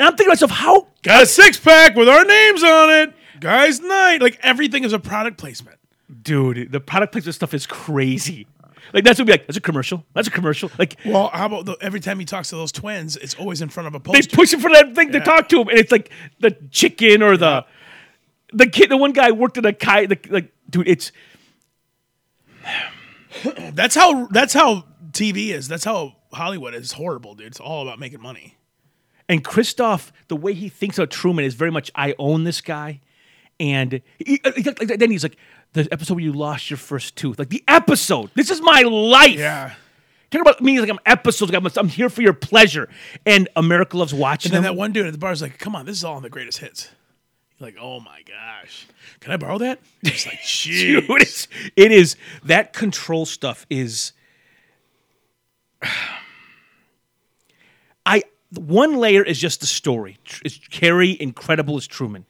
I'm thinking to myself, how
Got a six pack with our names on it. Guys' night. Like everything is a product placement.
dude, the product placement stuff is crazy. Like that's what be like, that's a commercial. That's a commercial. Like
Well, how about the, every time he talks to those twins, it's always in front of a
they
poster.
push him for that thing to talk to him, and it's like the chicken or the the kid. The one guy worked at a ki The, like, dude, it's
that's how. That's how TV is. That's how Hollywood is horrible, dude. It's all about making money.
And Christoph, the way he thinks about Truman is very much I own this guy. And he- he- like, then he's like, the episode where you lost your first tooth, like the episode. This is my life.
Yeah.
Talking about me like I'm episodes. Like I'm, I'm here for your pleasure. And America loves watching
And then
them.
that one dude at the bar is like, "Come on, this is all in the greatest hits." He's like, "Oh my gosh, can I borrow that?" He's like, "Shoot."
Dude, it's, it is that control stuff is. I one layer is just the story. Tr- Is Carrie incredible as Truman?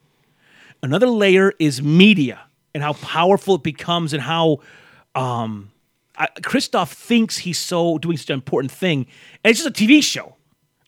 Another layer is media and how powerful it becomes and how um, I, Christoph thinks he's so doing such an important thing, and it's just a TV show.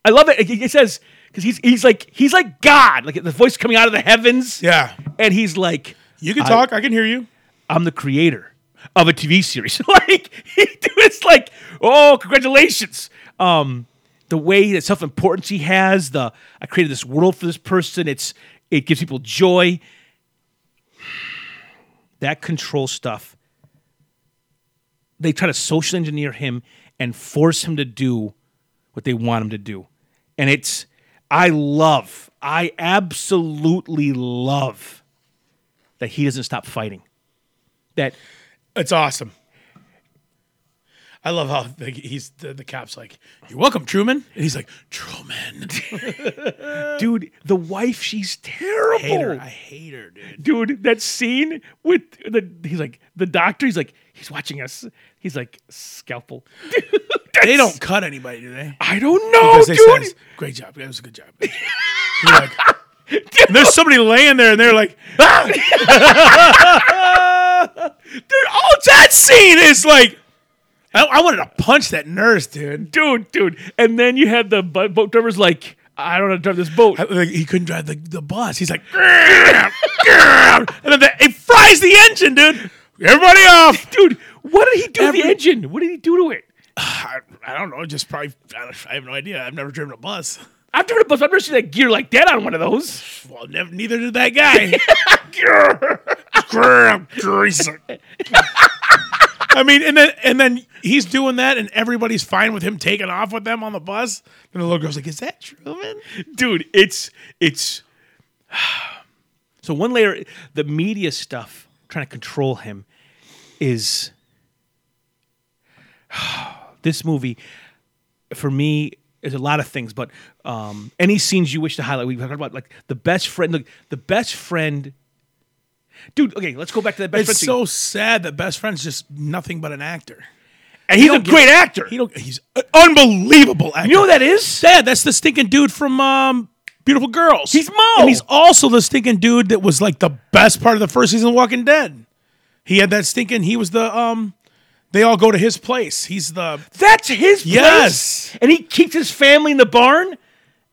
I love it. It, it says because he's he's like he's like God, like the voice coming out of the heavens.
Yeah.
and he's like,
You can talk. I can hear you.
I'm the creator of a TV series. like, dude, it's like, oh, congratulations. Um, the way that self importance he has, the I created this world for this person. It's it gives people joy. That control stuff. They try to social engineer him and force him to do what they want him to do, and it's I love, I absolutely love that he doesn't stop fighting. That
It's awesome. I love how the, he's the, the cop's like, "You're welcome, Truman," and he's like, "Truman."
dude, the wife, she's terrible.
hate her. I hate her, dude.
dude, that scene with the he's like the doctor, he's like, he's watching us. He's like, scalpel. Dude,
They
that's- Oh,
don't cut anybody, do they?
I don't know,
Because they
dude.
says, "Great job. That was a good job." You're like- And there's somebody laying there, and they're like, "Ah!"
dude, all Oh, that scene is like
I, I wanted to punch that nurse, dude.
dude, dude. And then you have the bu- boat driver's like, I don't know how to drive this boat.
I- like, he couldn't drive the, the bus. He's like, "Grrr, grrr," and then the, it fries the engine, dude. Everybody off.
dude, what did he do to
Every-
the engine? What did he do to it?
I, I don't know. Just probably. I, don't- I have no idea. I've never driven a bus.
I've driven a bus, I've never seen that gear like that on one of those.
Well, nev- neither did that guy. Grrr, grrr, grrr, he's like- I mean, and then and then he's doing that, and everybody's fine with him taking off with them on the bus. And the little girl's like, "Is that Truman?"
dude it's it's so one layer the media stuff trying to control him is this movie for me is a lot of things but um, any scenes you wish to highlight we've talked about like the best friend look the best friend dude okay let's go back to that best
It's
friend scene.
so sad that best friend's just nothing but an actor.
and he's a
don't get-
great actor
He don't. He's an unbelievable actor.
you know who that is
Dad, that's the stinking dude from um, Beautiful Girls.
He's Mo.
And he's also the stinking dude that was like the best part of the first season of Walking Dead. He had that stinking. He was the um. They all go to his place. He's the
that's his place?
Yes.
and he keeps his family in the barn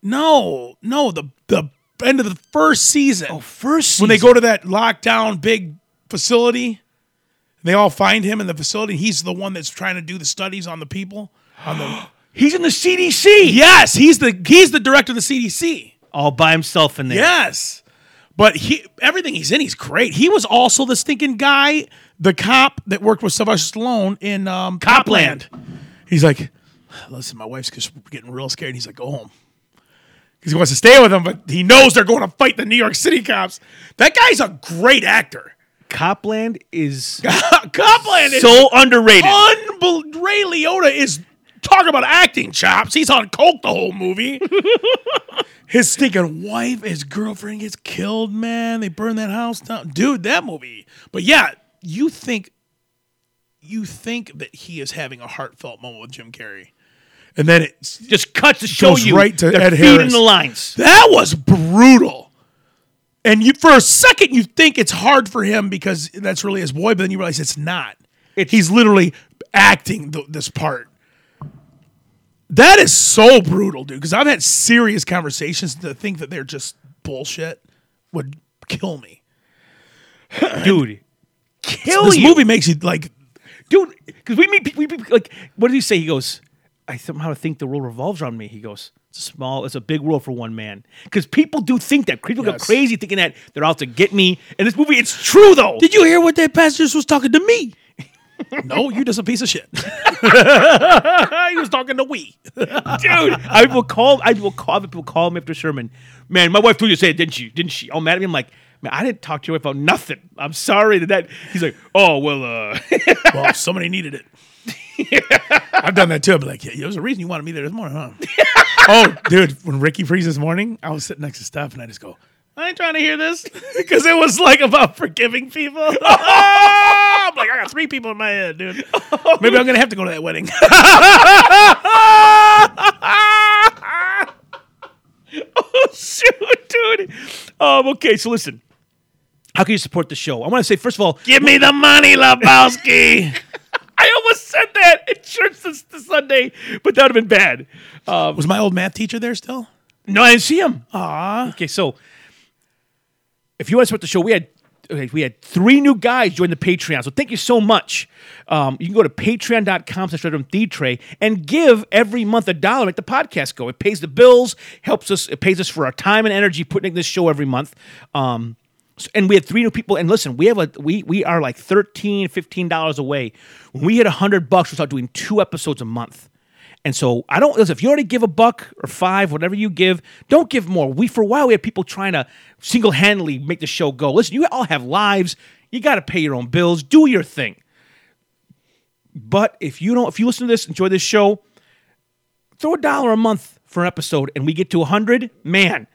no, no. The the end of the first season
Oh, first
when they go to that lockdown big facility. They all find him in the facility. He's the one that's trying to do the studies on the people. On the
he's in the cdc
yes, he's the he's the director of the CDC.
all by himself in there.
Yes. But he everything he's in, he's great. He was also the stinking guy, the cop that worked with Sylvester Stallone in um,
Copland.
He's like, listen, my wife's just getting real scared. He's like, go home. Because he wants to stay with them, but he knows they're going to fight the New York City cops. That guy's a great actor.
Copland is
Copland is
so underrated.
Oh! unbel- Ray Liotta is talk about acting chops. He's on coke the whole movie. his stinking wife, his girlfriend gets killed. Man, they burn that house down, dude. That movie. But yeah, you think you think that he is having a heartfelt moment with Jim Carrey, and then it's
Just cuts to show
Goes
you
right to
they're
Ed
feeding
Harris.
the lines.
that was brutal. And you, for a second, you think it's hard for him because that's really his boy, but then you realize it's not.
It's-
He's literally acting th- this part. That is so brutal, dude. Because I've had serious conversations to think that they're just bullshit would kill me.
Dude, kill
this
you.
movie makes you like,
Dude, because we meet, pe- we meet, like, what did he say? He goes, I somehow think the world revolves around me. He goes, it's a small, it's a big world for one man. Because people do think that. People go
Yes.
crazy thinking that they're out to get me. And this movie, it's true though.
did you hear what that pastor was talking to me? no, you just a piece of shit. he was talking to we.
dude. I will call. I will call. People call me after sermon. Man, my wife told you to say it, didn't she? Didn't she? All mad at me. I'm like, man, I didn't talk to your wife about nothing. I'm sorry that that. He's like, oh well, uh,
Well, if somebody needed it. I've done that too. I'm like, yeah, there's a reason you wanted me there this morning, huh? oh, dude, when Ricky Freeze this morning, I was sitting next to Steph and I just go, I ain't trying to hear this because it was like about forgiving people. Oh, I'm like, I got three people in my head, dude. Maybe I'm gonna have to go to that wedding.
oh shoot, dude. Um, okay, so listen. How can you support the show? I want to say first of all,
Give me the money, Lebowski.
I almost said that at church this, this Sunday, but that would have been bad.
Uh, was my old math teacher there still?
No, I didn't see him.
Aw.
Okay, so if you want to support the show, we had okay, we had three new guys join the Patreon. So thank you so much. Um, you can go to patreon.com slash Red Room Tea Tray and give every month a dollar like the podcast go. It pays the bills, helps us, it pays us for our time and energy putting in this show every month. Um, so- and we had three new people and listen we have a we we are like 13 15 dollars away when we hit 100 bucks we'll start doing two episodes a month and so I don't listen. If you already give a buck or five, whatever you give, don't give more. We for a while we had people trying to single handedly make the show go. Listen, you all have lives. You got to pay your own bills. Do your thing. But if you don't, if you listen to this, enjoy this show, throw a dollar a month for an episode, and we get to hundred. Man,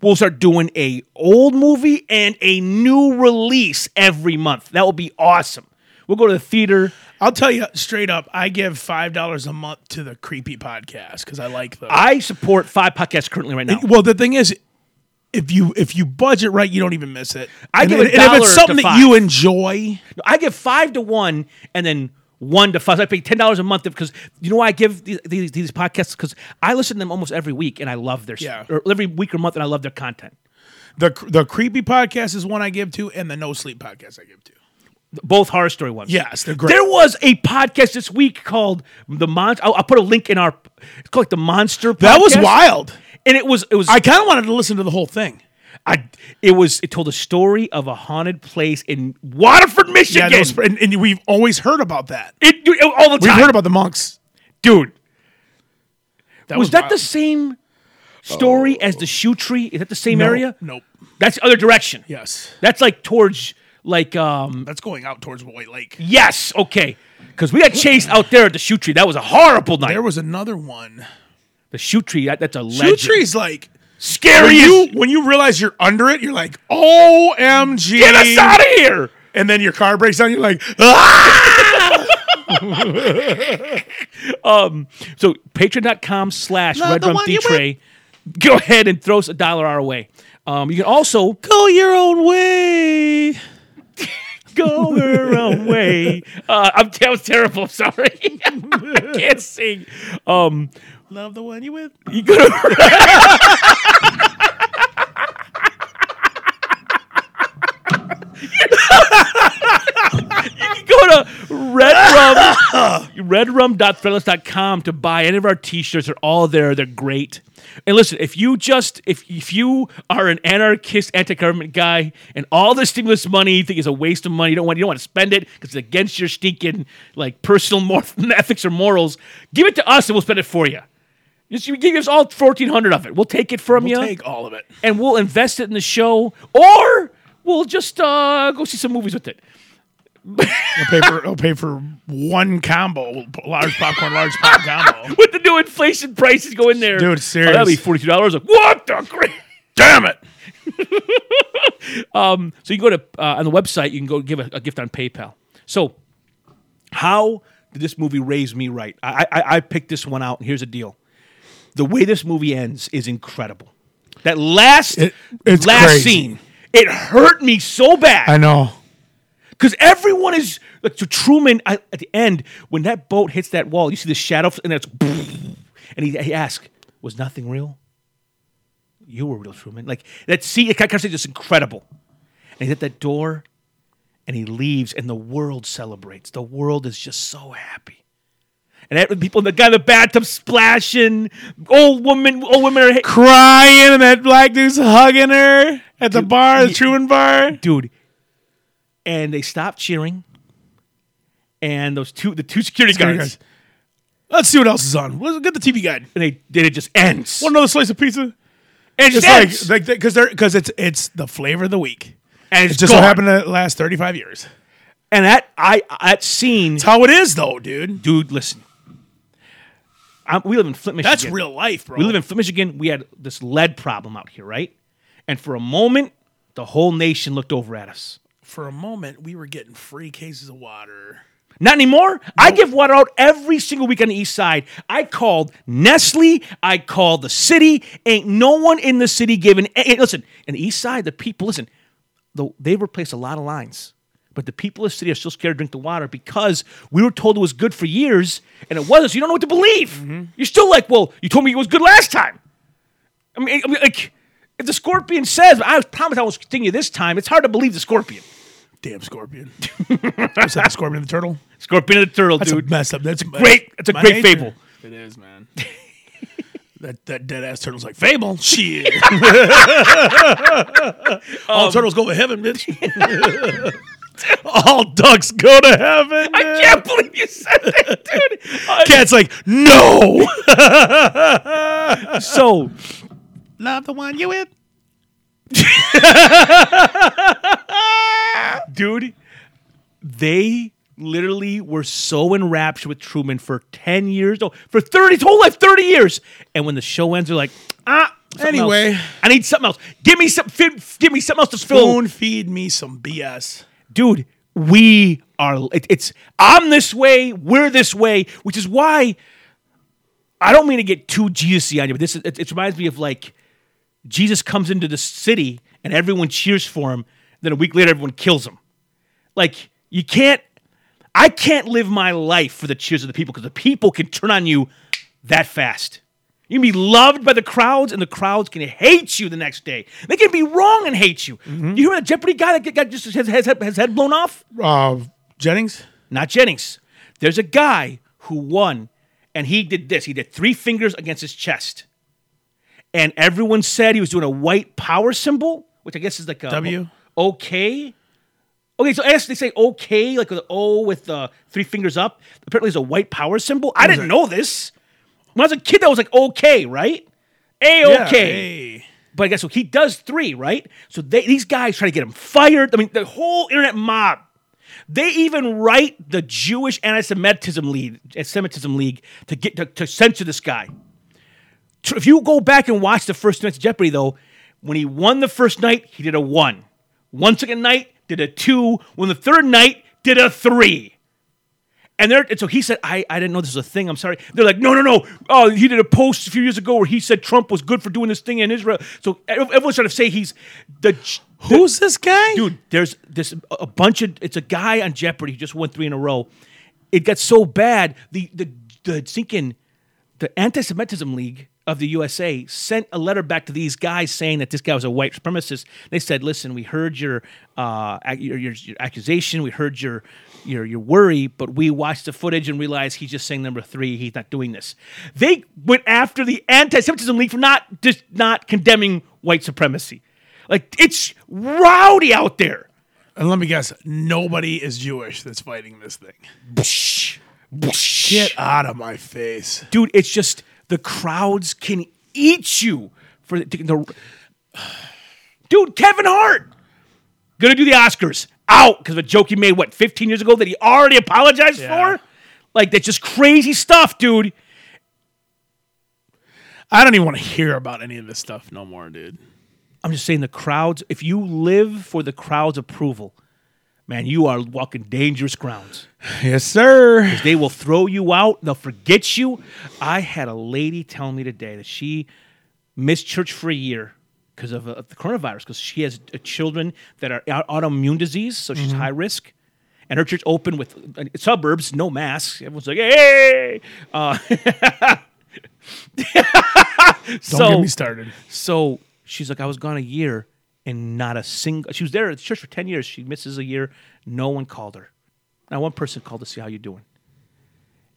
we'll start doing a old movie and a new release every month. That will be awesome. We'll go to the theater.
I'll tell you straight up, I give five dollars a month to the creepy podcast because I like them.
I support five podcasts currently right now.
well, the thing is, if you if you budget right, you don't even miss it.
I
and,
give
and,
a
and if
dollar
it's something
to
that you enjoy,
No, I give five to one and then one to five. So I pay ten dollars a month because you know why I give these these, these podcasts because I listen to them almost every week and I love their
Yeah.
or every week or month and I love their content.
the the creepy podcast is one I give to, and the no sleep podcast I give to.
Both horror story ones.
Yes, they're great.
There was a podcast this week called the Monster. I'll, I'll put a link in our. It's called like the Monster. Podcast.
that was wild.
and it was it was
I kind of wanted to listen to the whole thing.
I it was it told a story of a haunted place in Waterford, Michigan.
those- and, and we've always heard about that.
it, dude, it- all the
We've
time,
heard about the monks.
dude.
That
was, that
wild.
the same story as the shoe tree? Is that the same
No,
area?
Oh, Nope.
That's the other direction.
Yes,
That's like towards like um
that's going out towards White Lake.
yes, okay. Cause we got chased out there at the shoe tree. That was a horrible night.
There was another one.
the shoe tree, that, that's a
Two
legend.
trees like
Scary
when
as-
you when you realize you're under it, you're like, OMG.
get us out of here.
And then your car breaks down, you're like, ah!
So patreon.com slash
Not
red
the
rum
one you
tray. Go ahead and throw us a dollar our way. Um, you can also
go your own way.
go your own way. Uh, I'm, that was terrible. I'm sorry. I can't sing. Um,
Love the one you with.
You go to You go to redrum redrum.threadless.com to buy any of our t-shirts. They're all there. They're great. And listen, if you just if if you are an anarchist anti-government guy and all the stimulus money you think is a waste of money, you don't want you don't want to spend it because it's against your stinking like personal mor- ethics or morals, give it to us and we'll spend it for you. Just you give us all fourteen hundred of it. We'll take it from you,
Take all of it.
and we'll invest it in the show, or we'll just uh, go see some movies with it.
I'll pay for, I'll pay for one combo, large popcorn, large pop combo.
With the new inflation prices go in there,
Dude,
Oh, that'd be
serious.
forty two dollars. Like, what the great?
Damn it.
So you can go to uh, on the website. You can go give a, a gift on PayPal. So how did this movie raise me right? I, I I picked this one out, and here's the deal: the way this movie ends is incredible. That last
It- it's
last
crazy.
scene, it hurt me so bad.
I know.
Because everyone is like to Truman I, at the end when that boat hits that wall, you see the shadow, and that's and he, he asks, "Was nothing real? You were real, Truman." Like that scene, that conversation is incredible. And he's at that door, and he leaves, and the world celebrates. The world is just so happy. And that- people, the guy in the bathtub splashing, old woman, old women are.
Crying and that black dude's hugging her at the bar, the Truman bar.
dude. And they stopped cheering, and those two the two security
Security
guards,
guards. Let's see what else is on. Let's get the TV guide.
and they then it just ends.
Want another slice of pizza?
and it
It's
just ends.
like because they're because it's it's the flavor of the week.
and it's
It just
gone.
so happened to last thirty five years.
And that I that scene,
That's how it is though, dude.
dude. Listen, I'm, we live in Flint, Michigan.
That's real life, bro.
We live in Flint, Michigan. We had this lead problem out here, right? And for a moment, the whole nation looked over at us.
for a moment we were getting free cases of water.
Not anymore. I give water out every single week on the east side. I called Nestle. I called the city. Ain't no one in the city giving. eh, eh, listen, in the east side, the people, listen, the, they've replaced a lot of lines. But the people of the city are still scared to drink the water because we were told it was good for years and it wasn't. So you don't know what to believe.
Mm-hmm.
You're still like, well, you told me it was good last time. I mean, I mean, like, if the scorpion says, I promise I won't sting you this time, it's hard to believe the scorpion.
Damn scorpion. What's that? The scorpion and the turtle.
Scorpion and the turtle,
That's
dude.
a mess up. That's a
great- it's a
my
great fable.
It is, man. that that dead ass turtle's like fable. Shit. All turtles go to heaven, bitch. All ducks go to heaven.
I
man.
can't believe you said that, dude. Uh,
Cat's like no.
so
Love the one you with.
dude, they literally were so enraptured with Truman for 10 years. No, for 30, his whole life, 30 years. And when the show ends, they're like, ah, something else.
Anyway.
I need something else. Give me some fi- give me something else to fill.
Spoon feed me some BS.
Dude, we are it- it's I'm this way, we're this way, which is why I don't mean to get too Jesus-y on you, but this is it, it reminds me of like Jesus comes into the city and everyone cheers for him. Then a week later, everyone kills him. Like you can't, I can't live my life for the cheers of the people because the people can turn on you that fast. You can be loved by the crowds, and the crowds can hate you the next day. They can be wrong and hate you. You hear that Jeopardy guy that get- got just his, his, head- his head blown off?
Uh, Jennings.
Not Jennings. There's a guy who won, and he did this. He did three fingers against his chest, and everyone said he was doing a white power symbol, which I guess is like a
W.
Okay. Okay, so I guess they say okay, like with the O with the three fingers up. Apparently, it's a white power symbol. I didn't know this. When I was a kid, that was like okay, right? A
Yeah,
okay.
hey.
But I guess so. He does three, right? So they, these guys try to get him fired. I mean, the whole internet mob. They even write the Jewish anti-Semitism league, Semitism league, to get to, to censor this guy. Tr- If you go back and watch the first night's Jeopardy, though, when he won the first night, he did a one. One second night, did a two. When the third night, did a three. And they're and so he said, I, I didn't know this was a thing. I'm sorry. They're like, no, no, no. Oh, he did a post a few years ago where he said Trump was good for doing this thing in Israel. So ev- everyone's trying to say he's the j-
Who's this guy?
dude. There's this a bunch of it's a guy on Jeopardy who just won three in a row. It got so bad the the the thinking the anti-Semitism League of the USA sent a letter back to these guys saying that this guy was a white supremacist. They said, "Listen, we heard your uh, ac- your, your, your accusation, we heard your your your worry, but we watched the footage and realized he's just saying number three. He's not doing this." They went after the anti-Semitism League for not just not condemning white supremacy. Like it's rowdy out there.
And let me guess, nobody is Jewish that's fighting this thing.
Whoosh, whoosh.
Get out of my face.
dude, it's just the crowds can eat you for the, the- dude. Kevin Hart gonna do the Oscars out because of a joke he made what 15 years ago that he already apologized
Yeah.
for. Like that's just crazy stuff, dude.
I don't even want to hear about any of this stuff no more, dude.
I'm just saying the crowds. If you live for the crowd's approval, man, you are walking dangerous grounds.
Yes, sir.
They will throw you out. They'll forget you. I had a lady tell me today that she missed church for a year because of, uh, of the coronavirus, because she has uh, children that are au- autoimmune disease, so
Mm-hmm.
she's high risk. And her church opened with uh, suburbs, no masks. Everyone's like, hey. Uh,
Don't
so,
get me started.
so she's like, I was gone a year and not a single. She was there at the church for ten years. She misses a year. No one called her. Now one person called to see how you're doing.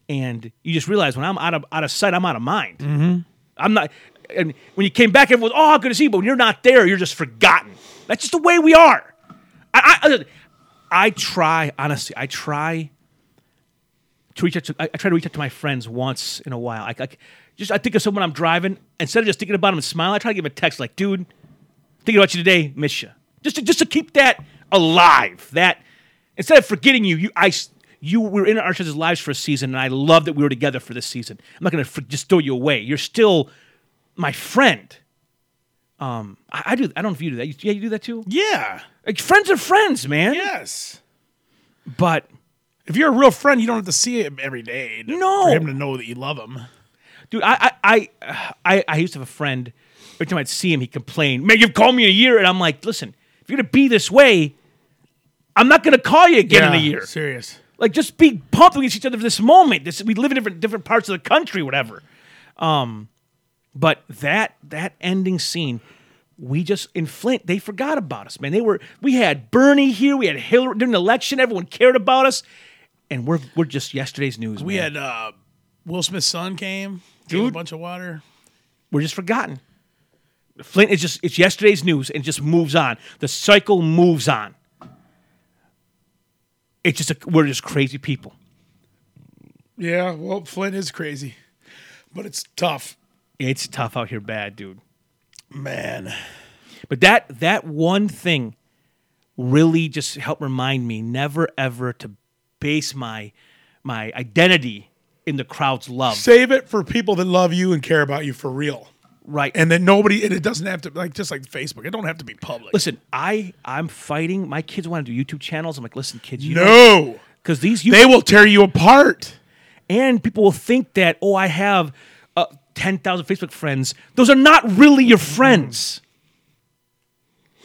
And you just realize when I'm out of out of sight, I'm out of mind. I'm not. And when you came back, everyone was, oh, good to see you. But when you're not there, you're just forgotten. That's just the way we are. I, I, I try honestly. I try to reach out to. I, I try to reach out to my friends once in a while. I, I just I think of someone I'm driving instead of just thinking about them and smiling. I try to give them a text like, "Dude, thinking about you today. Miss you." Just to, just to keep that alive. That instead of forgetting you, you I s- you we were in our each lives for a season, and I love that we were together for this season. I'm not gonna for, just throw you away. You're still my friend. Um, I, I do. I don't know if you do that. You, yeah, you do that too.
Yeah.
Like friends are friends, man.
Yes.
But
If you're a real friend, you don't have to see him every day. to-
No.
For him to know that you love him.
dude, I I I, I, I used to have a friend. Every time I'd see him, he'd complain, "Man, you've called me in a year," and I'm like, "Listen, if you're gonna be this way, I'm not gonna call you again in a year.
Serious.
Like, just be pumped against each other for this moment. This we live in different different parts of the country, whatever." Um, but that that ending scene. We just in Flint, they forgot about us, man. They were we had Bernie here, we had Hillary during the election, everyone cared about us, and we're we're just yesterday's news.
We
man.
had uh, Will Smith's son came, gave him a
Dude.
bunch of water.
we're just forgotten. Flint is just it's yesterday's news and just moves on. The cycle moves on. It's just a, we're just crazy people.
Yeah, well, Flint is crazy, but it's tough,
It's tough out here, bad dude.
man.
But that that one thing really just helped remind me never ever to base my my identity in the crowd's love.
Save it for people that love you and care about you for real,
Right.
and then nobody. And it doesn't have to like just like Facebook. It don't have to be public.
listen, I I'm fighting. My kids want to do YouTube channels. I'm like, listen, kids, you know,
no,
because these you
they will tear you apart.
and people will think that oh i have uh, 10000 facebook friends those are not really your friends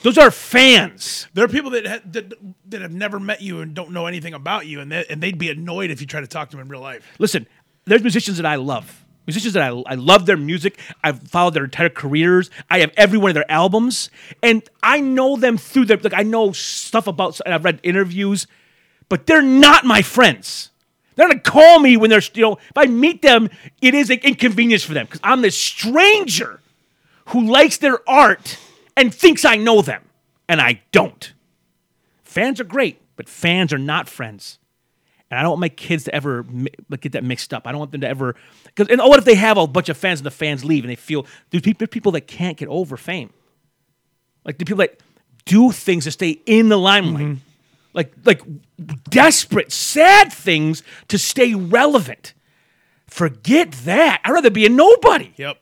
those are fans
There are people that, ha- that that have never met you and don't know anything about you, and they, and they'd be annoyed if you try to talk to them in real life.
listen there's musicians that i love musicians that I, I love their music i've followed their entire careers i have every one of their albums and i know them through their like i know stuff about and i've read interviews but they're not my friends they're gonna call me when they're you know if i meet them it is an inconvenience for them because i'm this stranger who likes their art and thinks I know them, and I don't. Fans are great, but fans are not friends. And I don't want my kids to ever mi- like, get that mixed up. I don't want them to ever because and what if they have a bunch of fans and the fans leave and they feel there's peop- there's people that can't get over fame, like the people that do things to stay in the limelight, like like desperate, sad things to stay relevant. Forget that. I'd rather be a nobody.
Yep,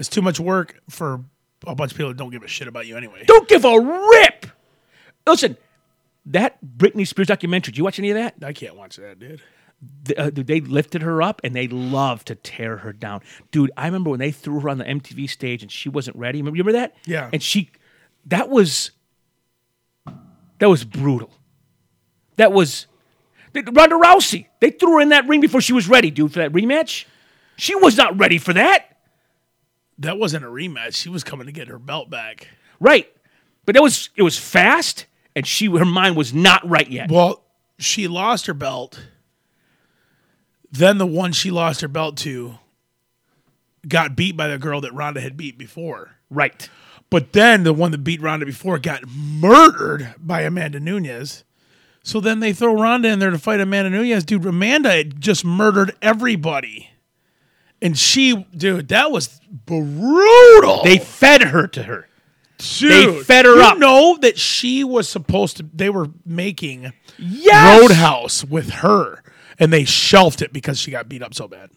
it's too much work for a bunch of people that don't give a shit about you anyway.
don't give a rip. Listen, that Britney Spears documentary. Did you watch any of that?
I can't watch that, dude.
Th- uh, They lifted her up and they love to tear her down, dude. I remember when they threw her on the MTV stage and she wasn't ready. Remember, remember that?
Yeah.
And she, that was, that was brutal. That was they- Ronda Rousey. They threw her in that ring before she was ready, dude, for that rematch. She was not ready for that.
That wasn't a rematch. She was coming to get her belt back.
Right. But that was it was fast and she her mind was not right yet.
Well, she lost her belt. Then the one she lost her belt to got beat by the girl that Ronda had beat before.
Right.
But then the one that beat Ronda before got murdered by Amanda Nunez. So then they throw Ronda in there to fight Amanda Nunez. Dude, Amanda had just murdered everybody. And she, dude, that was brutal.
They fed her to her.
Dude,
fed her
you
up.
know that she was supposed to, they were making
Yes.
Roadhouse with her, and they shelved it because she got beat up so bad.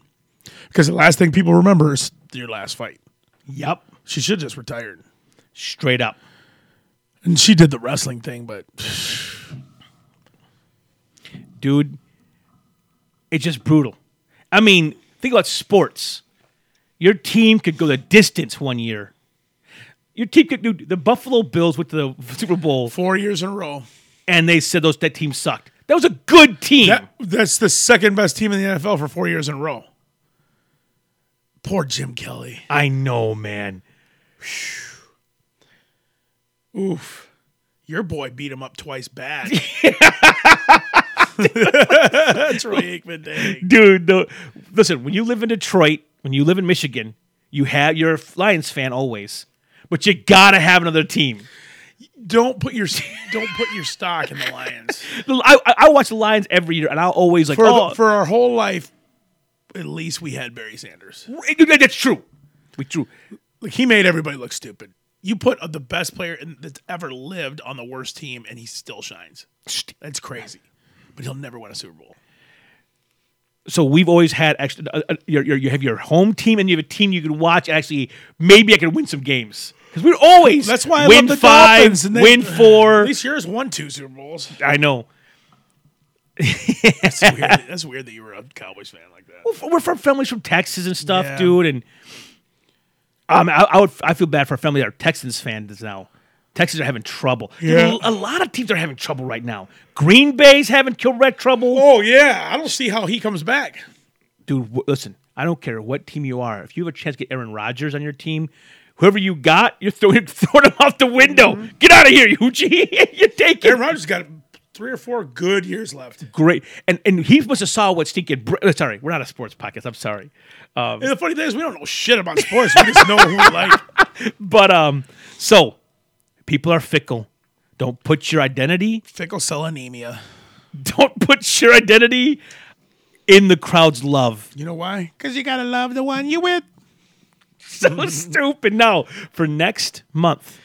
Because the last thing people remember is your last fight.
Yep.
She should just retired,
Straight up.
and she did the wrestling thing, but
Dude, it's just brutal. I mean, think about sports. Your team could go the distance one year. Your team could do the Buffalo Bills went to the Super Bowl
four years in a row.
and they said those that team sucked. That was a good team.
That that's the second best team in the NFL for four years in a row. Poor Jim Kelly.
I know, man.
Oof, your boy beat him up twice bad. that's Roy Aikman Day.
dude. No, listen, when you live in Detroit, when you live in Michigan, you have you're a Lions fan always, but you gotta have another team.
Don't put your don't put your stock in the Lions
I, I, I watch the Lions every year, and I'll always like
for
oh,
the- for our whole life. At least we had Barry Sanders.
that's true. We true.
Like he made everybody look stupid. You put the best player in, that's ever lived on the worst team, and he still shines. That's crazy. But he'll never win a Super Bowl.
So we've always had actually uh, uh, your, your, you have your home team and you have a team you can watch. And actually, maybe I can win some games because we're always
That's why I
win
love the
five,
Dolphins, and they-
win
At
four.
least yours won two Super Bowls.
I know
That's weird. that's weird that you were a Cowboys fan like that.
Well, we're from families from Texas and stuff,
Yeah.
dude. And um, I, I would I feel bad for our family that are Texans fans now. Texans are having trouble. Dude,
Yeah.
a lot of teams are having trouble right now. Green Bay's having correct trouble.
Oh yeah, I don't see how he comes back.
Dude, w- listen, I don't care what team you are. If you have a chance to get Aaron Rodgers on your team, whoever you got, you're throwing, throwing him off the window. Get out of here, Yuji. you take it.
Mm-hmm. Aaron Rodgers got three or four good years left.
Great. And and he must have saw what stinking. Br- uh, sorry, we're not a sports podcast. I'm sorry. Um,
And the funny thing is, we don't know shit about sports. We just know who we like.
But um, so people are fickle. Don't put your identity.
Fickle cell anemia.
Don't put your identity in the crowd's love.
You know why? Because you gotta love the one you with.
So
Mm-hmm.
stupid. Now for next month,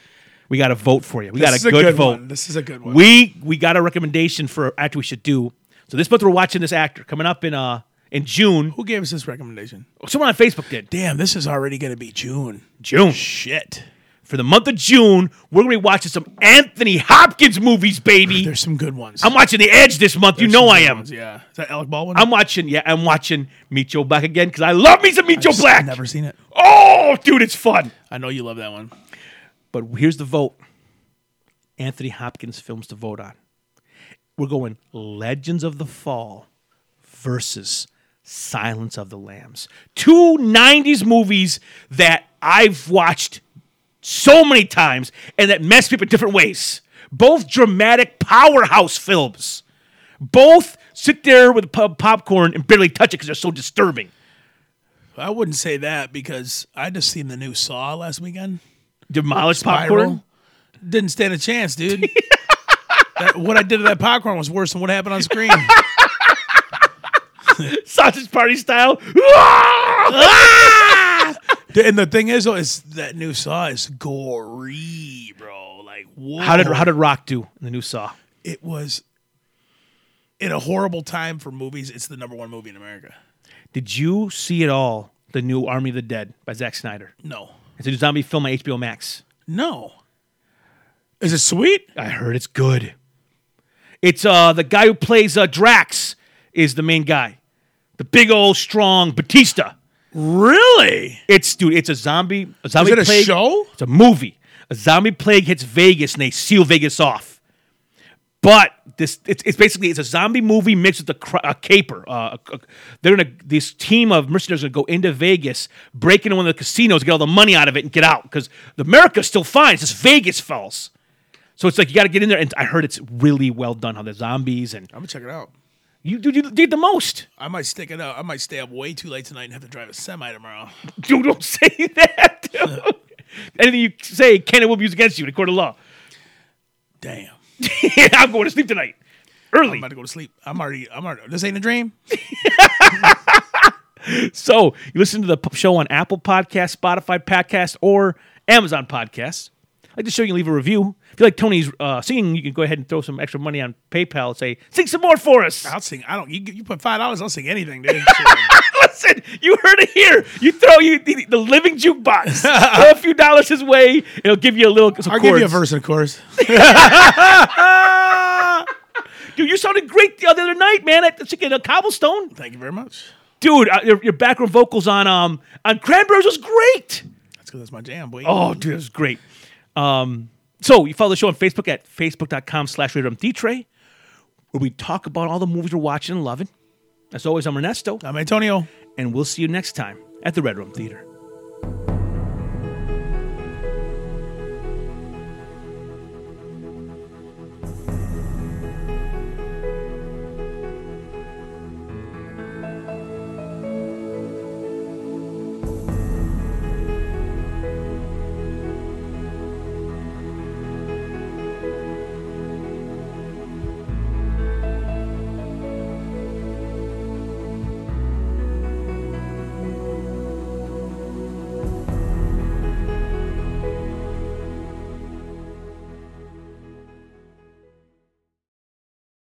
we got a vote for you. We
This
got
is
a good, vote.
one. This is a good one.
We we got a recommendation for an actor we should do. So this month we're watching this actor coming up in uh in June.
who gave us this recommendation?
Someone on Facebook did
Damn, this is already gonna be June.
June
Shit.
for the month of June. We're gonna be watching some Anthony Hopkins movies, baby.
There's some good ones.
I'm watching The Edge this month. You know I am.
yeah. Is that Alec Baldwin?
I'm watching. Yeah, I'm watching Meet Joe Black again because I love me some Meet Joe
Just
Black.
Never seen it.
Oh, dude, it's fun.
I know you love that one.
But here's the vote: Anthony Hopkins films to vote on. We're going Legends of the Fall versus Silence of the Lambs. Two '90s movies that I've watched so many times and that mess me up in different ways. Both dramatic powerhouse films. Both sit there with pop- popcorn and barely touch it because they're so disturbing.
I wouldn't say that because I just seen the new Saw last weekend.
Demolished popcorn.
Spiral. Didn't stand a chance, dude. That- what I did to that popcorn was worse than what happened on screen.
Sausage party style. Ah!
and the thing is, though, is that new Saw is gory, bro. Like, whoa.
How did how did Rock do in the new Saw?
it was in a horrible time for movies? It's the number one movie in America.
Did you see it all? The new Army of the Dead by Zack Snyder.
No,
It's a new zombie film on HBO Max.
no. Is it sweet?
I heard it's good. It's uh the guy who plays uh, Drax is the main guy, the big old strong Batista.
Really?
It's dude. It's a zombie. A zombie
Is it a
plague.
show?
It's a movie. A zombie plague hits Vegas and they seal Vegas off. But this, it's, it's basically it's a zombie movie mixed with a, cr- a caper. Uh, a- a- they're gonna this team of mercenaries are gonna go into Vegas, break into one of the casinos, get all the money out of it, and get out because America's still fine. It's just Vegas falls. So it's like you got to get in there, and I heard it's really well done. How the zombies and
I'm gonna check it out.
you dude, you did the most.
I might stick it out. I might stay up way too late tonight and have to drive a semi tomorrow.
Dude, don't say that. dude. Anything you say can and will be used against you in a court of law.
Damn.
I'm going to sleep tonight, early.
I'm about to go to sleep. I'm already. I'm already. This ain't a dream.
So you listen to the p- show on Apple Podcast, Spotify Podcast, or Amazon Podcast. I'd like to show you can leave a review. If you like Tony's uh, singing, you can go ahead and throw some extra money on PayPal and say, sing some more for us.
I'll sing. I don't. You, you put five dollars. I'll sing anything, dude.
Listen, you heard it here. You throw you the, the living jukebox. throw a few dollars his way, it'll give you a little. some
I'll give you a
chords.
verse and a chorus.
Dude, you sounded great the other night, man. At the uh, cobblestone.
Thank you very much.
Dude, uh, your, your background vocals on um on Cranberries was great.
That's because that's my jam, boy.
Oh, dude, it was great. Um, so you follow the show on Facebook at facebook.com slash Tray, where we talk about all the movies we're watching and loving. As always, I'm Ernesto,
I'm Antonio.
and we'll see you next time at the Red Room Theater.